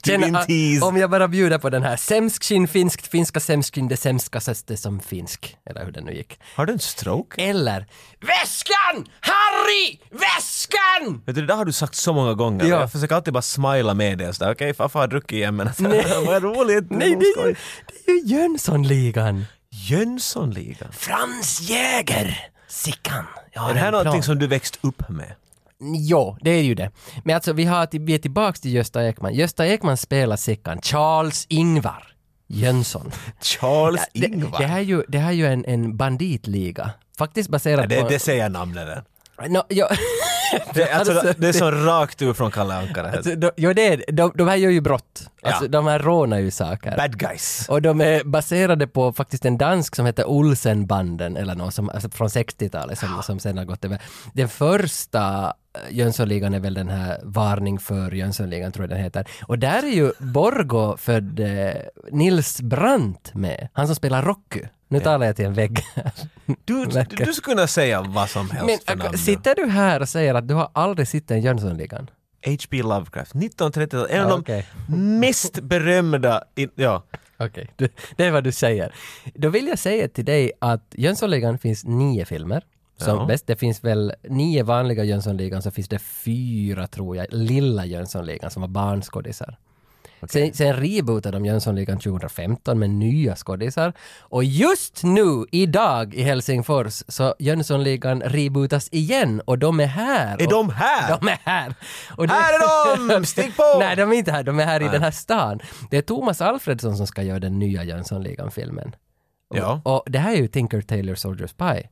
Speaker 3: Du din
Speaker 2: att-
Speaker 3: tease.
Speaker 2: om jag bara bjuder på den här, sämskin finskt, finska sämskin, det sämskaste som finsk. Eller hur den nu gick.
Speaker 3: Har du en stroke?
Speaker 2: Eller Väskan! Harry! Väskan!
Speaker 3: Vet du, det där har du sagt så många gånger.
Speaker 2: Ja.
Speaker 3: Jag försöker alltid bara smila med det och sådär, okej farfar har druckit igen men alltså, vad roligt!
Speaker 2: Nej, det är ju, det är ju Jönssonligan.
Speaker 3: Jönssonligan?
Speaker 2: Frans Jäger! Sickan. Jag har
Speaker 3: Är det här
Speaker 2: en
Speaker 3: någonting
Speaker 2: plan.
Speaker 3: som du växt upp med?
Speaker 2: Jo, det är ju det. Men alltså vi, har, till- vi är tillbaks till Gösta Ekman. Gösta Ekman spelar Sickan. Charles Ingvar Jönsson.
Speaker 3: Charles
Speaker 2: Det,
Speaker 3: Ingvar?
Speaker 2: det här är ju, det här är ju en, en banditliga. Faktiskt baserat
Speaker 3: det,
Speaker 2: på...
Speaker 3: det säger namnet där.
Speaker 2: No, jo,
Speaker 3: Det, alltså,
Speaker 2: Alltså,
Speaker 3: det är så rakt ur från Kalle Anka det här.
Speaker 2: alltså, de, jo, det är, de, de här gör ju brott. Alltså,
Speaker 3: Ja.
Speaker 2: De här rånar ju saker.
Speaker 3: Bad guys.
Speaker 2: Och de är baserade på faktiskt en dansk som heter Olsenbanden eller något som, alltså från 60-talet som, som sen har gått över. Den första eh, Jönssonligan är väl den här Varning för Jönssonligan tror jag den heter. Och där är ju Borgo född eh, Nils Brandt med, han som spelar Rocky. Nu talar jag till en vägg.
Speaker 3: Du, du,
Speaker 2: Verkar.
Speaker 3: du skulle kunna säga vad som helst för
Speaker 2: Men äh,
Speaker 3: namn.
Speaker 2: sitter du här och säger att du har aldrig sett en Jönssonligan?
Speaker 3: H.P. Lovecraft, 1930-talet. En
Speaker 2: Ja,
Speaker 3: av
Speaker 2: okej.
Speaker 3: de mest berömda... I, ja.
Speaker 2: Okej, det- det är vad du säger. Då vill jag säga till dig att Jönssonligan finns nio filmer. Som
Speaker 3: Ja.
Speaker 2: bäst. Det finns väl nio vanliga Jönssonligan, så finns det fyra, tror jag, lilla Jönssonligan som var barnskådisar. Sen, sen rebootade de Jönssonligan 2015 med nya skådisar. Och just nu, idag i Helsingfors, så Jönssonligan rebootas igen och de är här.
Speaker 3: Är
Speaker 2: och,
Speaker 3: de här?
Speaker 2: de är här! Och det-
Speaker 3: Här är de! Stick på!
Speaker 2: Nej, de är inte här. De är här i den här stan. Det är Thomas Alfredsson som ska göra den nya Jönssonligan-filmen.
Speaker 3: Ja.
Speaker 2: Och det här är ju Tinker Tailor Soldier Spy.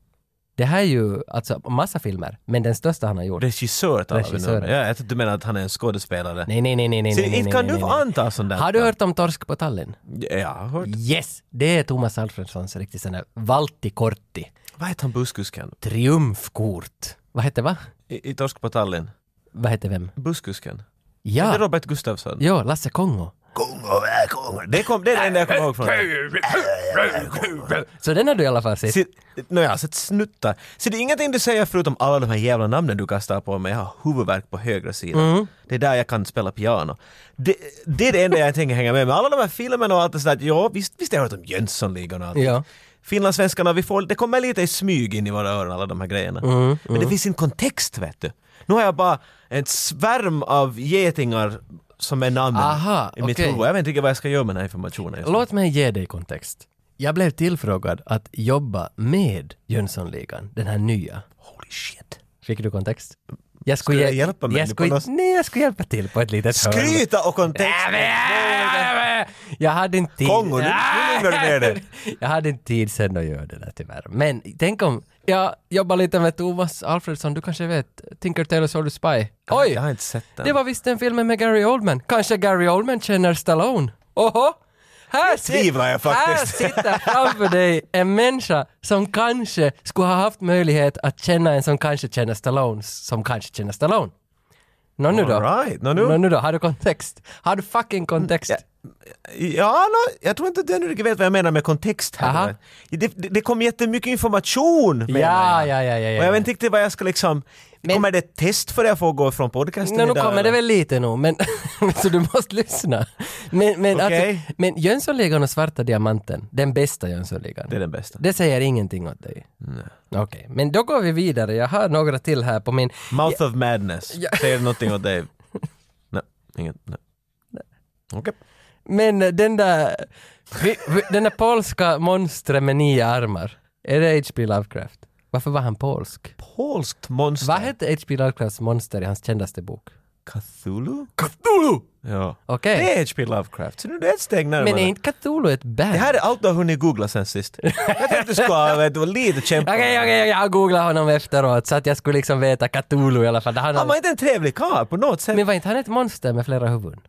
Speaker 2: Det här är ju alltså massa filmer, men den största han har gjort.
Speaker 3: Regissör talar vi nu om.
Speaker 2: Regissör.
Speaker 3: Ja, jag tror du menar att han är en skådespelare.
Speaker 2: Nej, nej, nej, nej, nej,
Speaker 3: Så
Speaker 2: nej, nej,
Speaker 3: inte kan
Speaker 2: nej,
Speaker 3: du
Speaker 2: nej.
Speaker 3: anta sånt där?
Speaker 2: Har du hört om Torsk på Tallinn?
Speaker 3: Ja, jag har hört.
Speaker 2: Yes! Det är Thomas Alfredssons riktigt sån där Valtti Kortti.
Speaker 3: Vad heter han busskusken?
Speaker 2: Triumfkort. Vad hette va?
Speaker 3: I, i Torsk på Tallinn?
Speaker 2: Vad hette vem?
Speaker 3: Busskusken? Är det
Speaker 2: Ja,
Speaker 3: Robert Gustafsson?
Speaker 2: Ah. ja Lasse Kongo.
Speaker 3: Kongo är Kongo. Det, kom, det är det enda jag kommer ihåg från det.
Speaker 2: Så den har du i alla fall sett.
Speaker 3: Se- Nå, jag har sett snuttar. Så det är ingenting du säger förutom alla de här jävla namnen du kastar på mig. Jag har huvudvärk på högra sidan.
Speaker 2: Mm.
Speaker 3: Det är där jag kan spela piano. Det, det är det enda jag tänker hänga med med. Alla de här filmerna och allt det sådär. Ja, visst, visst har jag hört om Jönssonligan och allt.
Speaker 2: Ja.
Speaker 3: Finlandssvenskarna, vi får, det kommer lite i smyg in i våra öron alla de här grejerna.
Speaker 2: Mm,
Speaker 3: Men det finns en kontext vet du. Nu har jag bara en svärm av getingar som är namnen
Speaker 2: Aha,
Speaker 3: i mitt
Speaker 2: okej.
Speaker 3: huvud. Jag vet inte riktigt vad jag ska göra med den här informationen. just nu.
Speaker 2: Låt mig ge dig kontext. Jag blev tillfrågad att jobba med Jönssonligan, den här nya.
Speaker 3: Holy shit.
Speaker 2: Fick du kontext? Jag
Speaker 3: Skulle
Speaker 2: ge-
Speaker 3: jag hjälpa mig
Speaker 2: jag
Speaker 3: nu
Speaker 2: skulle,
Speaker 3: på något-
Speaker 2: Nej, jag skulle hjälpa till på ett litet hörn.
Speaker 3: Skryta och kontext!
Speaker 2: Nej, men, nej, men, Jag hade inte tid.
Speaker 3: Kongo, nu- nu
Speaker 2: Nej.
Speaker 3: lugnar du ner dig.
Speaker 2: Jag hade inte tid sen att göra det där tyvärr. Men tänk om, jag jobbar lite med Thomas Alfredsson, du kanske vet, Tinker Tailor Soldier Spy. Oj!
Speaker 3: Jag har inte sett den.
Speaker 2: Det var visst den filmen med Gary Oldman. Kanske Gary Oldman känner Stallone? Oho! Här,
Speaker 3: tvivlar jag faktiskt.
Speaker 2: här sitter framför dig en människa som kanske skulle ha haft möjlighet att känna en som kanske känner Stallone, som kanske känner Stallone. Nå nu då.
Speaker 3: All right, nå nu.
Speaker 2: Nå nu då, har du kontext? Har du fucking kontext?
Speaker 3: Ja, nå, jag tror inte att du riktigt vet vad jag menar med kontext
Speaker 2: Aha.
Speaker 3: här. Det, det, det kom jättemycket information menar
Speaker 2: Ja, ja,
Speaker 3: jag.
Speaker 2: ja, ja, ja.
Speaker 3: Och jag vet inte riktigt vad jag ska liksom...
Speaker 2: Men-
Speaker 3: Kommer det ett test för det jag får gå från podcasten
Speaker 2: Nå, nu
Speaker 3: idag,
Speaker 2: kommer det
Speaker 3: eller?
Speaker 2: väl lite nog, men så du måste lyssna. Men, men,
Speaker 3: Okej.
Speaker 2: alltså, men Jönssonligan och Svarta Diamanten, den bästa Jönssonligan.
Speaker 3: Det är den bästa.
Speaker 2: Det säger ingenting åt dig? Okej, men då går vi vidare. Jag har några till här på min...
Speaker 3: Mouth of madness. Säger det någonting åt dig? Nej, inget. Nej. Okej.
Speaker 2: Men eh, den där... vi- vi- den där polska monstret med nio armar. Är det H.P. Lovecraft? Varför var han polsk?
Speaker 3: Polskt monster.
Speaker 2: Vad hette H.P. Lovecrafts monster i hans kändaste bok?
Speaker 3: Cthulhu?
Speaker 2: Cthulhu!
Speaker 3: Ja.
Speaker 2: Okej.
Speaker 3: Det är H.P. Lovecraft. Så nu är du ett steg närmare.
Speaker 2: Men är inte Cthulhu ett band?
Speaker 3: Det här är allt du har hunnit googla sen sist. Jag tänkte du skulle ha vet du, lite kämpa.
Speaker 2: Okej, okej, okej, jag googlade honom efteråt så att jag skulle liksom veta Cthulhu i alla fall. Det handlar-
Speaker 3: Han var inte en trevlig karl på något sätt.
Speaker 2: Men var inte han ett monster med flera huvuden?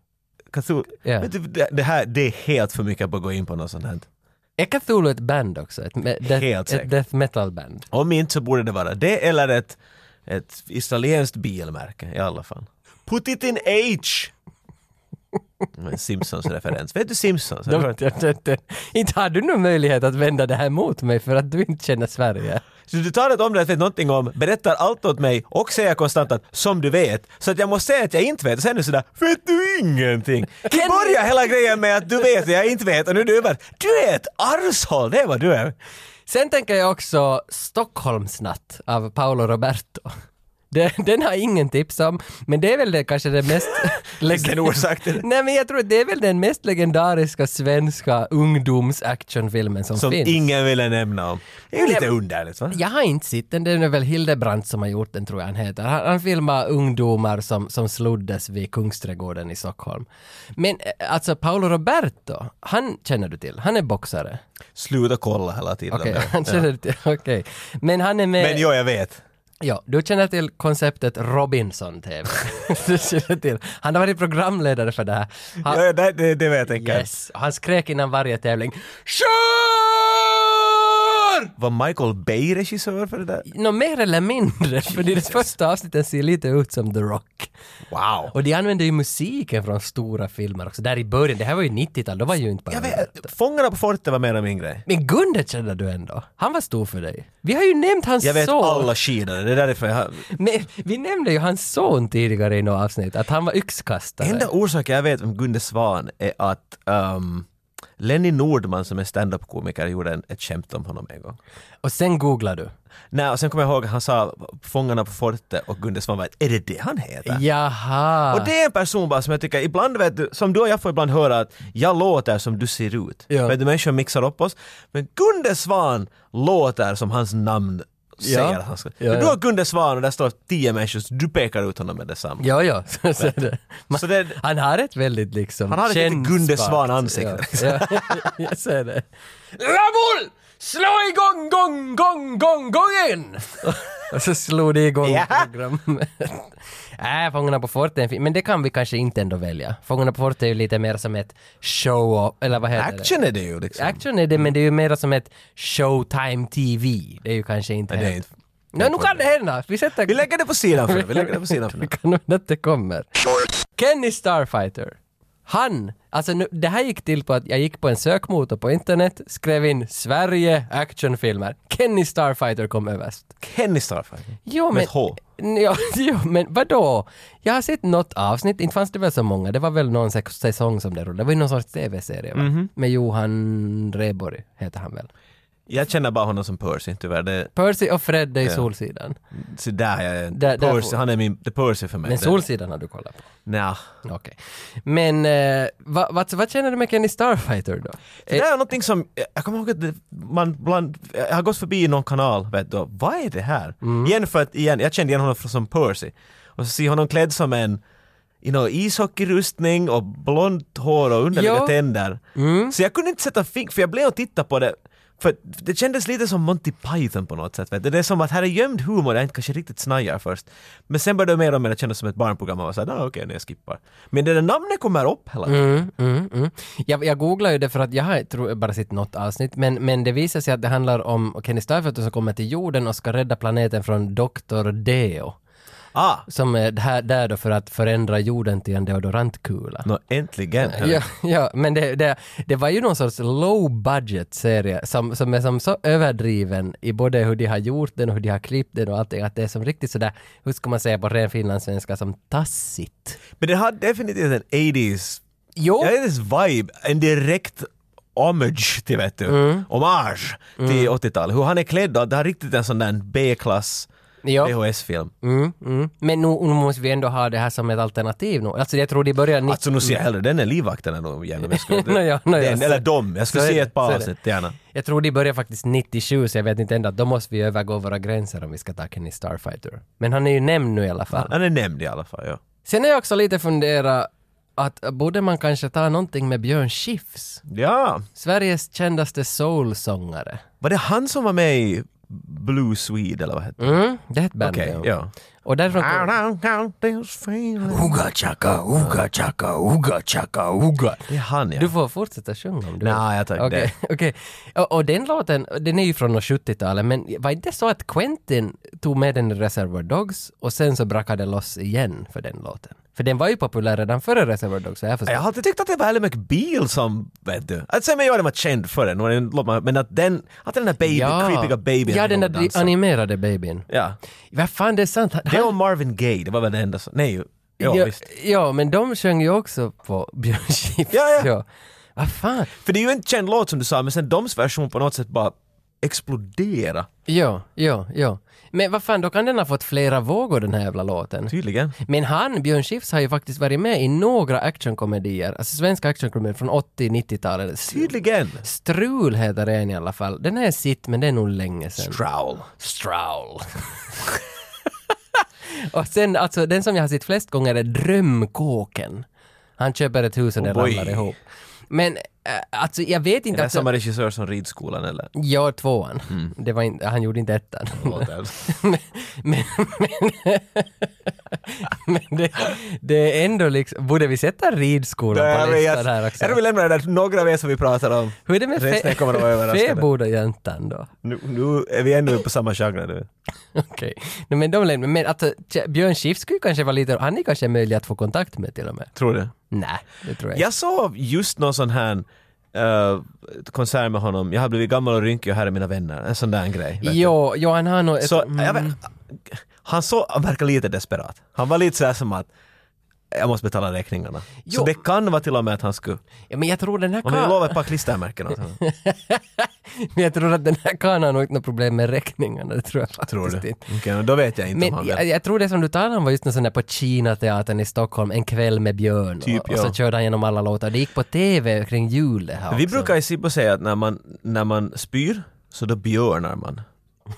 Speaker 3: Cthulhu.
Speaker 2: Ja.
Speaker 3: Men du, det, det här, det är helt för mycket på att gå in på något sånt här.
Speaker 2: Är Cthulhu ett band också? Ett, me- death,
Speaker 3: Helt säkert.
Speaker 2: ett death metal band?
Speaker 3: Om inte så borde det vara det eller ett, ett israelienskt bilmärke i alla fall. Put it in H! En Simpsons-referens. Vet du Simpsons?
Speaker 2: De, de, de, de, inte har du någon möjlighet att vända det här mot mig för att du inte känner Sverige.
Speaker 3: Så du talar om det jag vet någonting om, berättar allt åt mig och säger konstant att ”som du vet”. Så att jag måste säga att jag inte vet och sen är du sådär ”vet du ingenting”? Du
Speaker 2: Kenny-
Speaker 3: börjar hela grejen med att du vet och jag inte vet och nu är du över ”du är ett arshåll”, det är vad du är.
Speaker 2: Sen tänker jag också Stockholmsnatt av Paolo Roberto. Den, den har ingen tips om, men det är väl det kanske det mest...
Speaker 3: Vilken orsak till det.
Speaker 2: Nej men jag tror att det är väl den mest legendariska svenska ungdomsactionfilmen som,
Speaker 3: Som
Speaker 2: finns.
Speaker 3: ingen ville nämna om. Det är ju lite
Speaker 2: Nej,
Speaker 3: underligt va?
Speaker 2: Jag har inte sett den, det är väl Hildebrandt som har gjort den tror jag han heter. Han, han filmar ungdomar som, som sloddes vid Kungsträdgården i Stockholm. Men eh, alltså Paolo Roberto, han känner du till, han är boxare.
Speaker 3: Sluta kolla hela tiden.
Speaker 2: Okej,
Speaker 3: där.
Speaker 2: han känner du till, okej. Men han är med...
Speaker 3: Men jo, jag vet.
Speaker 2: Ja, du känner till konceptet Robinson-TV. du känner till. Han har varit programledare för det här. Han,
Speaker 3: Ja, det, det, det vet jag inte.
Speaker 2: yes, han skrek innan varje tävling Kör!
Speaker 3: Var Michael Bay regissör för det där?
Speaker 2: Nå, mer eller mindre, för det första avsnittet ser lite ut som The Rock.
Speaker 3: Wow!
Speaker 2: Och de använde ju musiken från stora filmer också, där i början. Det här var ju 90-tal, då var ju inte bara...
Speaker 3: Jag vet, Fångarna på fortet var mer av min grej.
Speaker 2: Men Gunde känner du ändå. Han var stor för dig. Vi har ju nämnt hans
Speaker 3: Jag vet
Speaker 2: son.
Speaker 3: alla skidor, det är därför jag har...
Speaker 2: Men, vi nämnde ju hans son tidigare i något avsnitt, att han var yxkastare.
Speaker 3: Enda orsaken jag vet om Gunde Svan är att um, Lenny Nordman som är standup-komiker gjorde en, ett skämt om honom en gång.
Speaker 2: Och sen googlar du.
Speaker 3: Nej, och sen kommer jag ihåg att han sa Fångarna på fortet och Gunde Svan var är det det han heter?
Speaker 2: Jaha.
Speaker 3: Och det är en person bara som jag tycker ibland vet du, som du och jag får ibland höra att jag låter som du ser ut.
Speaker 2: Ja.
Speaker 3: Vet du, människor mixar upp oss. Men Gunde Svan låter som hans namn säger
Speaker 2: Ja.
Speaker 3: att han ska.
Speaker 2: Ja,
Speaker 3: Du
Speaker 2: ja.
Speaker 3: har Gunde Svan och där står tio människor, så du pekar ut honom med detsamma.
Speaker 2: Ja, ja. Så, så är det. Man,
Speaker 3: Så det,
Speaker 2: han har ett väldigt liksom...
Speaker 3: Han har ett
Speaker 2: känd
Speaker 3: lite Gunde
Speaker 2: spark.
Speaker 3: Svan-ansikte.
Speaker 2: Ja, ja. Jag ser det. Ramul! Slå igång, gång, gång, gång, gången! Och så slog det igång
Speaker 3: Ja.
Speaker 2: programmet. Nej, Fångarna på fortet är en fin- Men det kan vi kanske inte ändå välja. Fångarna på fortet är ju lite mer som ett show... Eller vad heter det?
Speaker 3: action är det ju liksom.
Speaker 2: Action är det, men det är ju mer som ett Showtime TV. Det är ju kanske inte
Speaker 3: Nej, det är
Speaker 2: helt-
Speaker 3: inte-
Speaker 2: Nej, nu kan det hända! Vi sätter...
Speaker 3: Vi lägger det på sidan för nu. Vi lägger det på sidan för nu.
Speaker 2: Det kan hända att det kommer. Kenny Starfighter. Han, alltså nu, det här gick till på att jag gick på en sökmotor på internet, skrev in Sverige actionfilmer. Kenny Starfighter kom överst.
Speaker 3: Kenny Starfighter.
Speaker 2: Jo,
Speaker 3: Med
Speaker 2: men,
Speaker 3: ett H.
Speaker 2: N- Ja, jo, men vadå? Jag har sett något avsnitt, inte fanns det väl så många, det var väl någon sex- säsong som det rullade, det var ju någon sorts tv-serie va?
Speaker 3: Mhm.
Speaker 2: Med Johan Rheborg heter han väl.
Speaker 3: Jag känner bara honom som Percy tyvärr. Det,
Speaker 2: Percy och Fred är i Solsidan.
Speaker 3: så där jag är.
Speaker 2: Där- där
Speaker 3: Percy,
Speaker 2: får-
Speaker 3: han är min, det är Percy för mig.
Speaker 2: Men
Speaker 3: Det-
Speaker 2: Solsidan har du kollat på.
Speaker 3: Nja.
Speaker 2: Okej. Men eh, vad, vad, vad känner du med Kenny Starfighter då?
Speaker 3: Det där är någonting som, jag kommer ihåg att det, man bland, jag har gått förbi någon kanal, vet du, och vad är det här?
Speaker 2: Mm.
Speaker 3: Igen för att, igen, jag kände igen honom från- som Percy. Och så ser jag honom klädd som en, i någon ishockeyrustning och blont hår och underliga
Speaker 2: Ja. Mm.
Speaker 3: tänder. Så jag kunde inte sätta fingret, för jag blev och tittade på det, för det kändes lite som Monty Python på något sätt. Vet du. Det är som att här är gömd humor jag inte kanske riktigt snajar först. Men sen började jag mer och mer känna som ett barnprogram och var såhär, nah, okej, nu jag skippar. Men det där namnet kommer upp hela tiden.
Speaker 2: Mm, mm, mm. Jag, jag googlar ju det för att jag har tror, jag bara sett något avsnitt, men, men det visar sig att det handlar om Kenny Starfighter som kommer till jorden och ska rädda planeten från Dr. Deo.
Speaker 3: Ah,
Speaker 2: Som är där, där då för att förändra jorden till en deodorantkula.
Speaker 3: nå äntligen. hörru.
Speaker 2: Ja, ja, men det, det, det var ju någon sorts low budget serie som, som är som så överdriven i både hur de har gjort den och hur de har klippt den och allting att det är som riktigt sådär, hur ska man säga på ren finlandssvenska, som tassigt.
Speaker 3: Men det har definitivt en 80s,
Speaker 2: Jo,
Speaker 3: jag vet inte, vibe, en direkt homage till vet du,
Speaker 2: Mm.
Speaker 3: hommage till 80-talet. Hur han är klädd och det har riktigt en sån där B-klass
Speaker 2: jo.
Speaker 3: VHS-film.
Speaker 2: Mm, mm. men nu, nu måste vi ändå ha det här som ett alternativ nu. Alltså jag tror de börjar... ni-
Speaker 3: Alltså nu ser jag hellre den är livvakten än de gärna jag skulle-
Speaker 2: Nåja, nåja,
Speaker 3: Den,
Speaker 2: så-
Speaker 3: eller dem, jag skulle
Speaker 2: så är
Speaker 3: se
Speaker 2: det,
Speaker 3: ett par
Speaker 2: så är
Speaker 3: avsnitt gärna.
Speaker 2: Jag tror de börjar faktiskt 97 så jag vet inte ändå, då måste vi övergå våra gränser om vi ska ta Kenny Starfighter. Men han är ju nämnd nu i alla fall.
Speaker 3: Han är nämnd i alla fall, ja.
Speaker 2: Sen är jag också lite fundera att borde man kanske ta någonting med Björn Skifs?
Speaker 3: Ja.
Speaker 2: Sveriges kändaste soulsångare.
Speaker 3: Var det han som var med i Blue Swede eller vad hette det?
Speaker 2: Mm, det är ett band.
Speaker 3: Okej,
Speaker 2: ja.
Speaker 3: ja.
Speaker 2: Och därifrån kom...
Speaker 3: Uga chaka, uga chaka, uga chaka, uga. Det är han ja.
Speaker 2: Du får fortsätta sjunga om du
Speaker 3: Nej, jag tar inte
Speaker 2: Okej, okej. Och, och den låten, den är ju från 70-talet, men var inte så att Quentin tog med den i Reservoir Dogs och sen så brakade det loss igen för den låten? För den var ju populär redan före Reservoir Dogs, så jag förstår.
Speaker 3: Jag har alltid tyckt att det var Ally McBeal som, vet du. Att sen men jag var känd för den, och den låt man- men att den, att den där baby, creepiga babyn
Speaker 2: Ja, den där
Speaker 3: låg och
Speaker 2: di-
Speaker 3: dansade.
Speaker 2: animerade babyn.
Speaker 3: Ja.
Speaker 2: Vad fan, det är sant. Han,
Speaker 3: Det och Marvin Gaye, det var väl det enda som, nej ju. Ja,
Speaker 2: ja,
Speaker 3: visst.
Speaker 2: ja, men de sjöng ju också på Björn Skifs.
Speaker 3: Ja, ja.
Speaker 2: Vad fan?
Speaker 3: För det är ju en känd låt som du sa, men sen doms version på något sätt bara explodera.
Speaker 2: Ja, ja, ja. Men vad fan, då kan den ha fått flera vågor den här jävla låten.
Speaker 3: Tydligen.
Speaker 2: Men han, Björn Skifs, har ju faktiskt varit med i några actionkomedier, alltså svenska actionkomedier från 80-90-talet.
Speaker 3: Tydligen.
Speaker 2: Strul heter en i alla fall. Den här är sitt, men det är nog länge sedan.
Speaker 3: Strowl.
Speaker 2: Strowl. och sen, alltså den som jag har sett flest gånger är Drömkåken. Han köper ett hus och det
Speaker 3: Oh boy.
Speaker 2: ramlar ihop. Men, äh, alltså jag vet
Speaker 3: Är
Speaker 2: inte...
Speaker 3: det
Speaker 2: Alltså,
Speaker 3: samma regissör som Mm. Ridskolan eller?
Speaker 2: Ja, tvåan. Det var inte, han gjorde inte ettan.
Speaker 3: Låten.
Speaker 2: men, men, men, men det, det är ändå liksom, borde vi sätta ridskolan på listan här också?
Speaker 3: Är det vi lämnar det där, några av er som vi pratar om.
Speaker 2: Hur är det med
Speaker 3: Resten kommer att vara
Speaker 2: fe-
Speaker 3: överraskade.
Speaker 2: fäbodajäntan då?
Speaker 3: Nu, nu är vi ännu på samma genre nu.
Speaker 2: Okej. No, men de lämnar, men alltså Tje- Björn Schiff skulle ju kanske vara lite, han är kanske möjlig att få kontakt med till och med.
Speaker 3: Tror du?
Speaker 2: Nej, det tror jag inte.
Speaker 3: Jag såg just någon sån här eh, konsert med honom, jag har blivit gammal och rynkig och här är mina vänner, en sån där grej. vet du.
Speaker 2: Jo, jo, han har nog ett,
Speaker 3: Så,
Speaker 2: mm,
Speaker 3: jag vet, han, så, han verkar lite desperat. Han var lite sådär som att jag måste betala räkningarna.
Speaker 2: Jo.
Speaker 3: Så det kan vara till och med att han skulle...
Speaker 2: ja, men jag tror den här
Speaker 3: Man vill lova
Speaker 2: karln,
Speaker 3: ett par klistermärken åt honom.
Speaker 2: men jag tror att den här karln har nog inte något problem med räkningarna, det tror jag faktiskt
Speaker 3: Tror du?
Speaker 2: inte.
Speaker 3: Okej, då vet jag inte om han
Speaker 2: Men
Speaker 3: vill.
Speaker 2: jag, jag tror det som du talade om var just någon sån där på Kinateatern i Stockholm, En kväll med Björn.
Speaker 3: Typ,
Speaker 2: och, och så
Speaker 3: ja.
Speaker 2: körde han genom alla låtar. Det gick på TV kring jul det här
Speaker 3: Vi
Speaker 2: också.
Speaker 3: brukar i Sibbo säga att när man, när man spyr så då björnar man.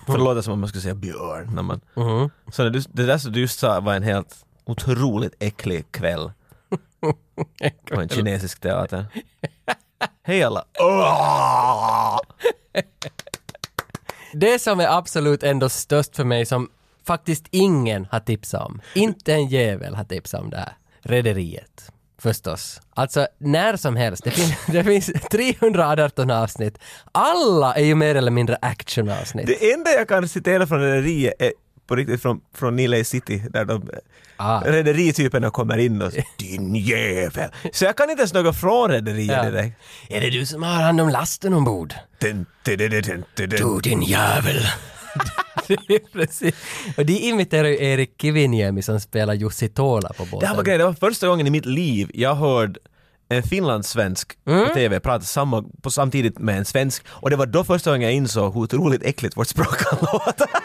Speaker 3: För det låter som om man skulle säga björn. När man,
Speaker 2: Mhm.
Speaker 3: Så när du, det där som du just sa var en helt otroligt äcklig kväll på en kinesisk teater. Hej alla! Åh!
Speaker 2: Det som är absolut ändå störst för mig som faktiskt ingen har tipsat om. Inte en jävel har tipsat om det här. Rederiet. Förstås. Alltså när som helst. Det, fin- det finns 318 avsnitt. Alla är ju mer eller mindre actionavsnitt.
Speaker 3: Det enda jag kan citera från rederiet är på riktigt från, från Nile City där de
Speaker 2: Ah.
Speaker 3: rederityperna kommer in och så, din jävel. Så jag kan inte ens något från rederiet
Speaker 2: Ja.
Speaker 3: direkt.
Speaker 2: Är det du som har hand om lasten ombord?
Speaker 3: Dun, dun, dun, dun, dun, dun.
Speaker 2: Du din jävel! Det är Precis. Och de imiterar ju Erik Kiviniemi som spelar Jussi Tola på båten.
Speaker 3: Det här var grejen, det var första gången i mitt liv jag hörde en finlandssvensk på TV prata samma, på, samtidigt med en svensk och det var då första gången jag insåg hur otroligt äckligt vårt språk kan låta.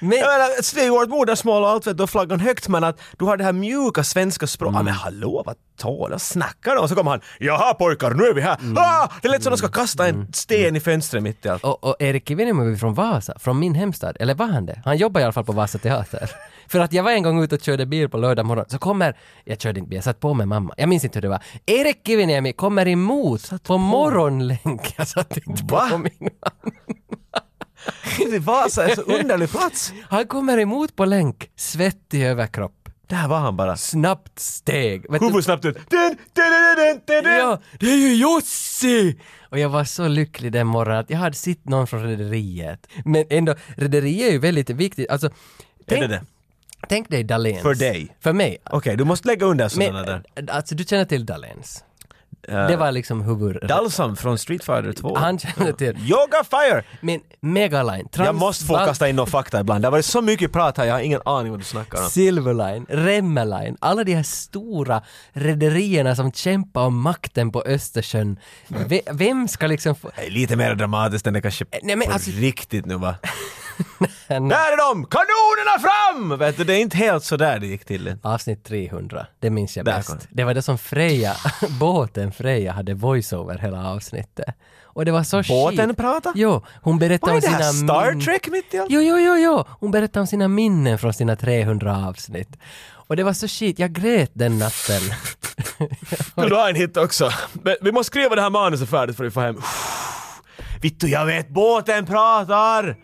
Speaker 2: Men,
Speaker 3: jag menar, det är ju vårt modersmål och allt vet du, och flaggan högt men att du har det här mjuka svenska språket. Ja, men hallå, vad talar, snackar de? Och så kommer han, jaha pojkar, nu är vi här. Ah! Det lät som att de ska kasta en sten i fönstret mitt i allt.
Speaker 2: och, och Erik Kiviniemi är från Vasa, från min hemstad. Eller var han det? Han jobbar i alla fall på Vasa Teater. För att jag var en gång ute och körde bil på lördag morgon, så kommer, jag körde inte bil, jag satt på med mamma, jag minns inte hur det var. Erik Kiviniemi kommer emot på, morgonlänk. Jag satt inte
Speaker 3: Va?
Speaker 2: på min mamma.
Speaker 3: Vasa är så underlig plats.
Speaker 2: Han kommer emot på länk, svettig överkropp,
Speaker 3: Där var han bara.
Speaker 2: snabbt steg. Vet du-
Speaker 3: Huvudet snabbt ut. Dun, dun, dun, dun, dun, dun.
Speaker 2: Ja, det är ju Jussi! Och jag var så lycklig den morgonen att jag hade sett någon från Rederiet. Men ändå, Rederiet är ju väldigt viktigt. Alltså, tänk,
Speaker 3: Är det det?
Speaker 2: tänk dig Dahléns.
Speaker 3: För dig?
Speaker 2: För mig.
Speaker 3: Okej, du måste lägga undan sådana
Speaker 2: Men,
Speaker 3: där.
Speaker 2: alltså, du känner till Dahléns?
Speaker 3: Eh,
Speaker 2: Det var liksom huvud...
Speaker 3: Dalsam från Street Fighter 2.
Speaker 2: Han känner till.
Speaker 3: Yoga Fire!
Speaker 2: Men Megaline,
Speaker 3: Jag måste få
Speaker 2: Transbalt-
Speaker 3: kasta in någon fakta ibland. Det har varit så mycket prat här, jag har ingen aning vad du snackar om.
Speaker 2: Silverline, Remmeline, alla de här stora rederierna som kämpar om makten på Östersjön.
Speaker 3: Mm.
Speaker 2: Ve- Vem ska liksom få...
Speaker 3: Det är lite mer dramatiskt än det kanske
Speaker 2: Nej, men
Speaker 3: på
Speaker 2: alltså-
Speaker 3: riktigt nu va? Eh, Mm. Där är de! Kanonerna fram! Vet du, det är inte helt sådär det gick till.
Speaker 2: Avsnitt 300, det minns jag
Speaker 3: Där
Speaker 2: bäst.
Speaker 3: kom den.
Speaker 2: Det var det som Freja, båten Freja hade voiceover hela avsnittet. Och det var så
Speaker 3: Båten
Speaker 2: skit.
Speaker 3: prata?
Speaker 2: Jo, hon berättade
Speaker 3: Vad
Speaker 2: om
Speaker 3: är det
Speaker 2: sina
Speaker 3: här? Star
Speaker 2: min-
Speaker 3: Trek mitt i allt?
Speaker 2: Jo, jo, jo, jo! Hon berättade om sina minnen från sina 300 avsnitt. Och det var så skit, jag grät den natten.
Speaker 3: Vill du ha en hit också? Men vi måste skriva det här manuset färdigt för att få hem. Uff. Vittu, jag vet båten pratar!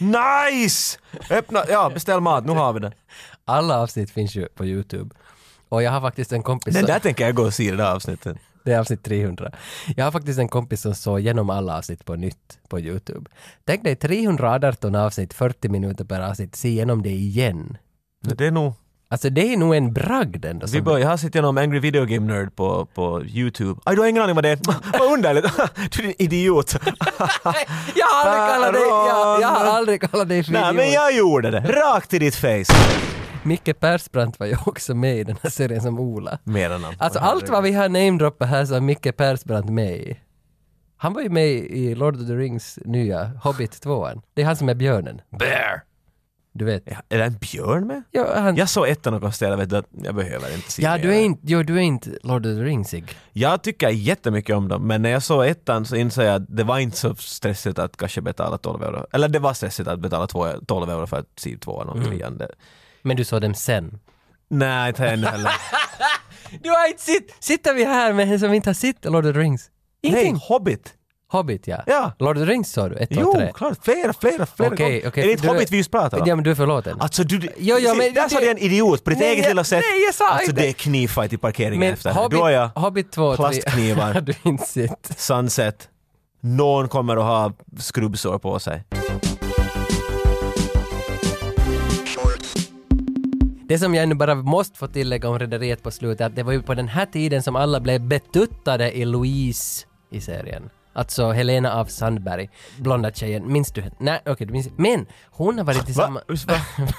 Speaker 3: Nice! Öppna, ja beställ mat, nu har vi den.
Speaker 2: Alla avsnitt finns ju på YouTube. Och jag har faktiskt en kompis...
Speaker 3: Den
Speaker 2: som-
Speaker 3: där tänker jag gå och se i det där avsnittet.
Speaker 2: Det är avsnitt 300. Jag har faktiskt en kompis som såg igenom alla avsnitt på nytt på YouTube. Tänk dig 318 avsnitt, 40 minuter per avsnitt, se igenom det igen.
Speaker 3: Men Det är nog...
Speaker 2: Alltså det är nog en bragd ändå.
Speaker 3: Vi
Speaker 2: Som,
Speaker 3: bör, jag har sett igenom Angry Video Game Nerd på, på YouTube. Aj, du har ingen aning vad det är. Vad underligt! Du är en idiot.
Speaker 2: jag har aldrig kallat dig, jag, jag har aldrig kallat dig för
Speaker 3: Nej, men
Speaker 2: idiot.
Speaker 3: jag gjorde det. Rakt i ditt face.
Speaker 2: Micke Persbrandt var ju också med i den här serien som Ola.
Speaker 3: Mera namn.
Speaker 2: Alltså allt vad vi har namedroppat här så är Micke Persbrandt med i. Han var ju med i Lord of the Rings nya Hobbit 2. Det är han som är björnen.
Speaker 3: Bear!
Speaker 2: Du vet.
Speaker 3: Ja, är det en björn med?
Speaker 2: Ja, han,
Speaker 3: Jag såg ettan och konstaterade vet du, att jag behöver inte se
Speaker 2: Ja,
Speaker 3: mer.
Speaker 2: du är inte, jo, du är inte Lord of the Ringsig.
Speaker 3: Jag tycker jättemycket om dem, men när jag såg ettan så insåg jag att det var inte så stressigt att kanske betala 12 euro. Eller det var stressigt att betala två- 12 euro för att se tvåan och trean. Det-
Speaker 2: Men du såg dem sen.
Speaker 3: Nej, inte ännu heller.
Speaker 2: Du har inte sett! Sitter vi här med en som inte har sett Lord of the Rings?
Speaker 3: Nej,
Speaker 2: Ingenting!
Speaker 3: Hobbit!
Speaker 2: Hobbit ja.
Speaker 3: Ja.
Speaker 2: Lord of the Rings sa du, ett, två,
Speaker 3: Jo,
Speaker 2: tre.
Speaker 3: klart! Flera, flera, flera
Speaker 2: Okej,
Speaker 3: gånger.
Speaker 2: okej,
Speaker 3: Är det inte
Speaker 2: du-
Speaker 3: Hobbit vi just pratar om?
Speaker 2: Ja men du är förlåten.
Speaker 3: Alltså du,
Speaker 2: Jo, jo,
Speaker 3: se,
Speaker 2: men
Speaker 3: där
Speaker 2: det-
Speaker 3: sa du en idiot på ditt
Speaker 2: Nej,
Speaker 3: eget
Speaker 2: jag-
Speaker 3: lilla sätt.
Speaker 2: nej, jag sa
Speaker 3: alltså
Speaker 2: inte.
Speaker 3: det är knivfight i parkeringen
Speaker 2: men
Speaker 3: efter. Hobbit,
Speaker 2: Hobbit,
Speaker 3: Då är jag
Speaker 2: Hobbit 2 och 3
Speaker 3: Plastknivar.
Speaker 2: har du inte sett.
Speaker 3: sunset. Någon kommer att ha skrubbsår på sig.
Speaker 2: Det som jag nu bara måste få tillägga om Rederiet på slutet, är att det var ju på den här tiden som alla blev betuttade i Louise i serien. Alltså Helena af Sandberg, blonda tjejen. Minns du henne? Nej, okej du minns Men hon har varit
Speaker 3: Va?
Speaker 2: tillsammans...
Speaker 3: Us- va?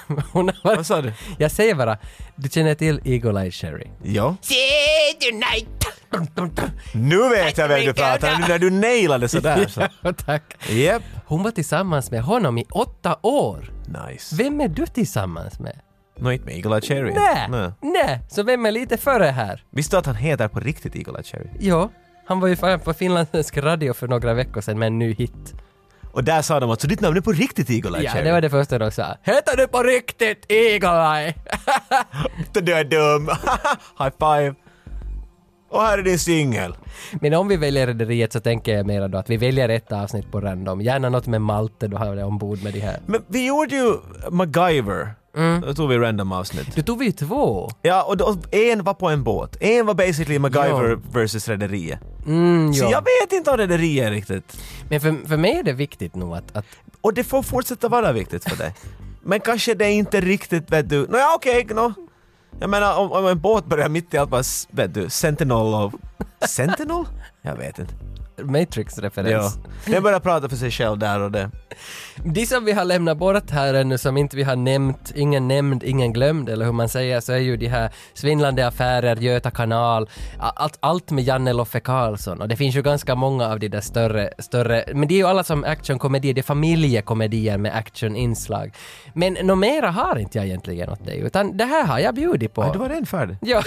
Speaker 2: hon har varit...
Speaker 3: Vad sa du?
Speaker 2: Jag säger bara, du känner till Eagle Eye Cherry?
Speaker 3: Ja.
Speaker 2: Say night!
Speaker 3: Nu vet jag vem du pratar om, nu när du nailade sådär. Så.
Speaker 2: Tack.
Speaker 3: Yep.
Speaker 2: Hon var tillsammans med honom i åtta år.
Speaker 3: Nice.
Speaker 2: Vem är du tillsammans med?
Speaker 3: Nå, inte med Eagle Eye Cherry. Nej.
Speaker 2: Nej, nej. Så vem är lite före här?
Speaker 3: Visste du att han heter på riktigt Eagle Eye Cherry?
Speaker 2: Ja, han var ju fan på finländsk radio för några veckor sedan med en ny hit.
Speaker 3: Och där sa de att så ditt namn är på riktigt Eagle Eye
Speaker 2: Ja,
Speaker 3: Cherry.
Speaker 2: det var det första de sa. Heter du på riktigt Eagle-Eye?
Speaker 3: det. Du är dum. High five. Och här är din singel.
Speaker 2: Men om vi väljer Rederiet så tänker jag mera då att vi väljer ett avsnitt på random. Gärna något med Malte, då har vi det ombord med de här.
Speaker 3: Men vi gjorde ju MacGyver.
Speaker 2: Mm.
Speaker 3: Då tog vi random avsnitt.
Speaker 2: Du tog vi ju två.
Speaker 3: Ja, och då, en var på en båt. En var basically MacGyver
Speaker 2: Ja.
Speaker 3: versus Rederiet.
Speaker 2: Mm,
Speaker 3: Så
Speaker 2: ja.
Speaker 3: jag vet inte om Rederiet är riktigt.
Speaker 2: Men för, för mig är det viktigt nog att, att
Speaker 3: Och det får fortsätta vara viktigt för dig. Men kanske det är inte riktigt, vet du. Nåja, okej, nå. Jag menar, om, om en båt börjar mitt i allt bara, s- vet du, Sentinel och... Sentinel? Jag vet inte. Ja.
Speaker 2: Matrix-referens.
Speaker 3: Den börjar prata för sig själv där och det.
Speaker 2: De som vi har lämnat bort här ännu som inte vi har nämnt, ingen nämnd, ingen glömd eller hur man säger, så är ju de här svindlande affärer, Göta kanal, a- allt, allt med Janne Loffe Karlsson och det finns ju ganska många av de där större, större men det är ju alla som actionkomedier, det är familjekomedier med actioninslag. Men något mera har inte jag egentligen åt dig, utan det här har jag bjudit på.
Speaker 3: Ja, du var redan färdig.
Speaker 2: Ja,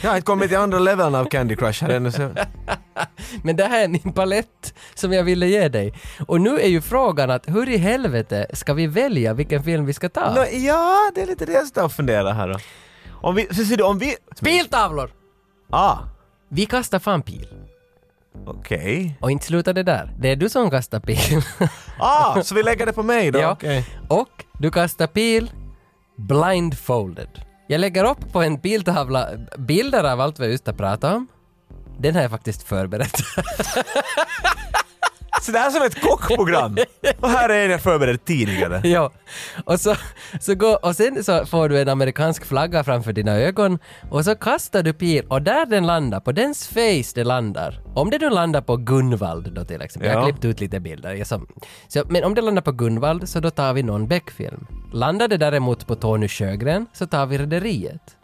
Speaker 3: Jag har inte kommit till andra leveln av Candy Crush här ännu. Så.
Speaker 2: Men det här är min palett som jag ville ge dig. Och nu är ju frågan att hur i helvete ska vi välja vilken film vi ska ta?
Speaker 3: Nå, ja, det är lite det jag står och funderar här då. Om vi, så ser du, om vi...
Speaker 2: Piltavlor!
Speaker 3: Ah,
Speaker 2: Vi kastar fan pil.
Speaker 3: okej.
Speaker 2: Och inte slutar det där. Det är du som kastar pil.
Speaker 3: Ah, så vi lägger det på mig då?
Speaker 2: Ja.
Speaker 3: Okej.
Speaker 2: Och du kastar pil blindfolded. Jag lägger upp på en piltavla bilder av allt vi just har pratat om. Den har jag faktiskt förberett.
Speaker 3: Så det här är som ett kockprogram! Och här är en jag förberett tidigare.
Speaker 2: ja. Och, så, så går, och sen så får du en amerikansk flagga framför dina ögon och så kastar du pil och där den landar, på dens face det landar. Om det nu landar på Gunvald då till exempel, jag har
Speaker 3: Ja.
Speaker 2: klippt ut lite bilder. Jag som, så, men om det landar på Gunvald så då tar vi någon Beck-film. Landar det däremot på Tony Sjögren så tar vi Rederiet.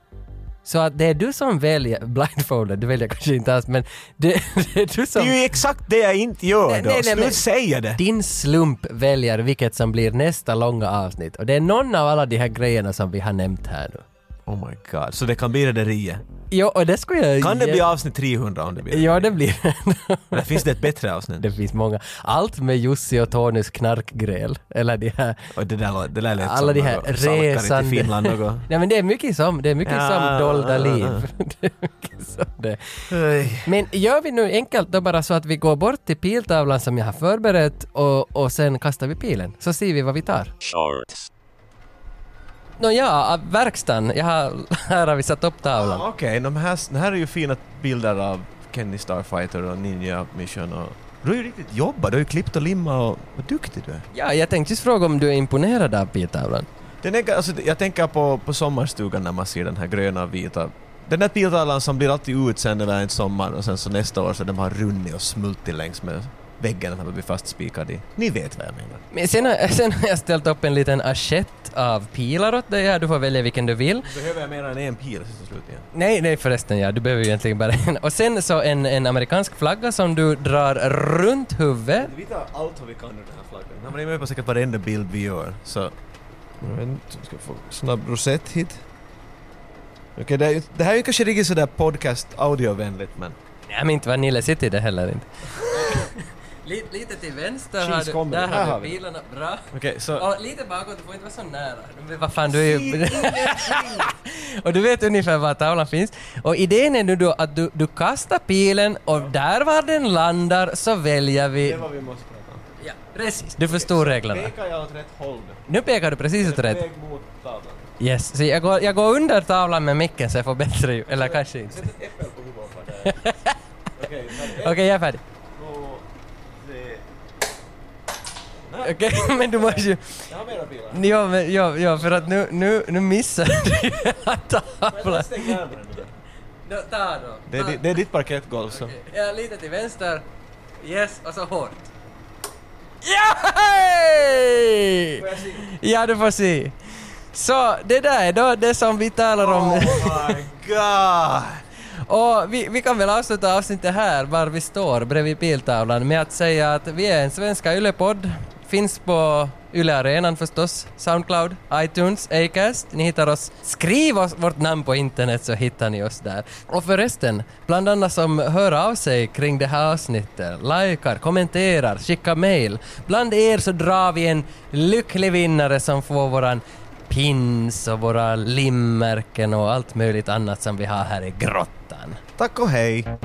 Speaker 2: Så att det är du som väljer, blindfolded, du väljer kanske inte alls men det, det är du
Speaker 3: Det
Speaker 2: som...
Speaker 3: är ju exakt det jag inte gör
Speaker 2: Nej,
Speaker 3: då.
Speaker 2: nej, nej,
Speaker 3: Slut
Speaker 2: men-
Speaker 3: säga det.
Speaker 2: Din slump väljer vilket som blir nästa långa avsnitt och det är någon av alla de här grejerna som vi har nämnt här nu.
Speaker 3: Oh my god. Så det kan bli rederiet.
Speaker 2: Jo, och det skulle jag...
Speaker 3: Kan det
Speaker 2: ge-
Speaker 3: bli avsnitt 300 om det blir
Speaker 2: Ja, det blir
Speaker 3: Eller finns det ett bättre avsnitt?
Speaker 2: det. finns många. Allt med Jussi och Tonys knarkgräl, eller de här...
Speaker 3: Och det där, lå- det där lät
Speaker 2: Alla de här
Speaker 3: något salkar i
Speaker 2: resande-
Speaker 3: Finland något.
Speaker 2: Nej men det är mycket som, det är mycket
Speaker 3: Ja,
Speaker 2: som dolda
Speaker 3: ja, ja.
Speaker 2: liv. Det är mycket som det. Men gör vi nu enkelt då bara så att vi går bort till piltavlan som jag har förberett och, och sen kastar vi pilen. Så ser vi vad vi tar.
Speaker 1: shorts,
Speaker 2: Nåja, verkstaden. Jag har, här har vi satt upp tavlan.
Speaker 3: Ah, Okej, de här, det här är ju fina bilder av Kenny Starfighter och Ninja Mission och... Du har ju riktigt jobbat, du har ju klippt och limmat och... Vad duktig du är.
Speaker 2: Ja, jag tänkte just fråga om du är imponerad av piltavlan.
Speaker 3: Den är, alltså, jag tänker på, på sommarstugan när man ser den här gröna och vita. Den där piltavlan som blir alltid utsänd över en sommar och sen så nästa år så den har runnit och smultit längs med väggen den har blivit fastspikad i. Ni vet vad jag menar.
Speaker 2: Men sen, har- sen har jag ställt upp en liten assiett av pilar åt dig här. Du får välja vilken du vill.
Speaker 3: Behöver jag mer än en pil till slut igen?
Speaker 2: Nej, nej förresten ja, du behöver ju egentligen bara en. Och sen så en, en amerikansk flagga som du drar runt huvudet.
Speaker 3: Vi tar allt vad vi kan ur den här flaggan. Han är med på säkert varenda bild vi gör. Så. Jag vet inte, jag ska få snabb rosett hit. Okej, det, här är ju- det här är ju kanske riktigt sådär podcast audiovänligt men...
Speaker 2: Nej men inte Vanilla City det heller inte. lite, lite till vänster
Speaker 3: Cheese
Speaker 2: har du,
Speaker 3: comedy.
Speaker 2: där
Speaker 3: Här
Speaker 2: har
Speaker 3: har
Speaker 2: du
Speaker 3: vi
Speaker 2: bilarna, bra.
Speaker 3: Okej, så...
Speaker 2: Och lite bakåt, du får inte vara så nära. Men vad fan, du är ju... och du vet ungefär var tavlan finns. Och idén är nu då att du, du kastar pilen och där var den landar så väljer vi...
Speaker 3: vi måste prata om.
Speaker 2: Ja, precis. Du förstår reglerna.
Speaker 3: jag åt rätt håll nu?
Speaker 2: Nu pekar du precis åt rätt.
Speaker 3: mot tavlan.
Speaker 2: Yes, så jag går, jag går under tavlan med micken så jag får bättre ljud. Eller kanske inte.
Speaker 3: ett äppel på huvudet på det. Okej,
Speaker 2: Okej, jag är färdig.
Speaker 3: två, tre...
Speaker 2: Okej, men du måste ju...
Speaker 3: Jag har mera bilar.
Speaker 2: Ja, men, ja, ja, för att nu, nu, nu missar du ju tavlan. Nå, Ta då.
Speaker 3: Det är,
Speaker 2: Ta.
Speaker 3: di- det är ditt parkettgolv så.
Speaker 2: Ja, lite till vänster. Yes, och så hårt. Ja! hej! Ja, du får se. Så det där är då det som vi talar om.
Speaker 3: Oh my god!
Speaker 2: Och vi, vi kan väl avsluta avsnittet här, var vi står bredvid biltavlan, med att säga att vi är en svenska Yle-podd. Finns på Yle Arenan förstås, Soundcloud, iTunes, Acast. Ni hittar oss. Skriv oss vårt namn på internet så hittar ni oss där. Och förresten, bland andra som hör av sig kring det här avsnittet, likar, kommenterar, skickar mail. Bland er så drar vi en lycklig vinnare som får våran pins och våra limmärken och allt möjligt annat som vi har här i grottan.
Speaker 3: Tack och hej!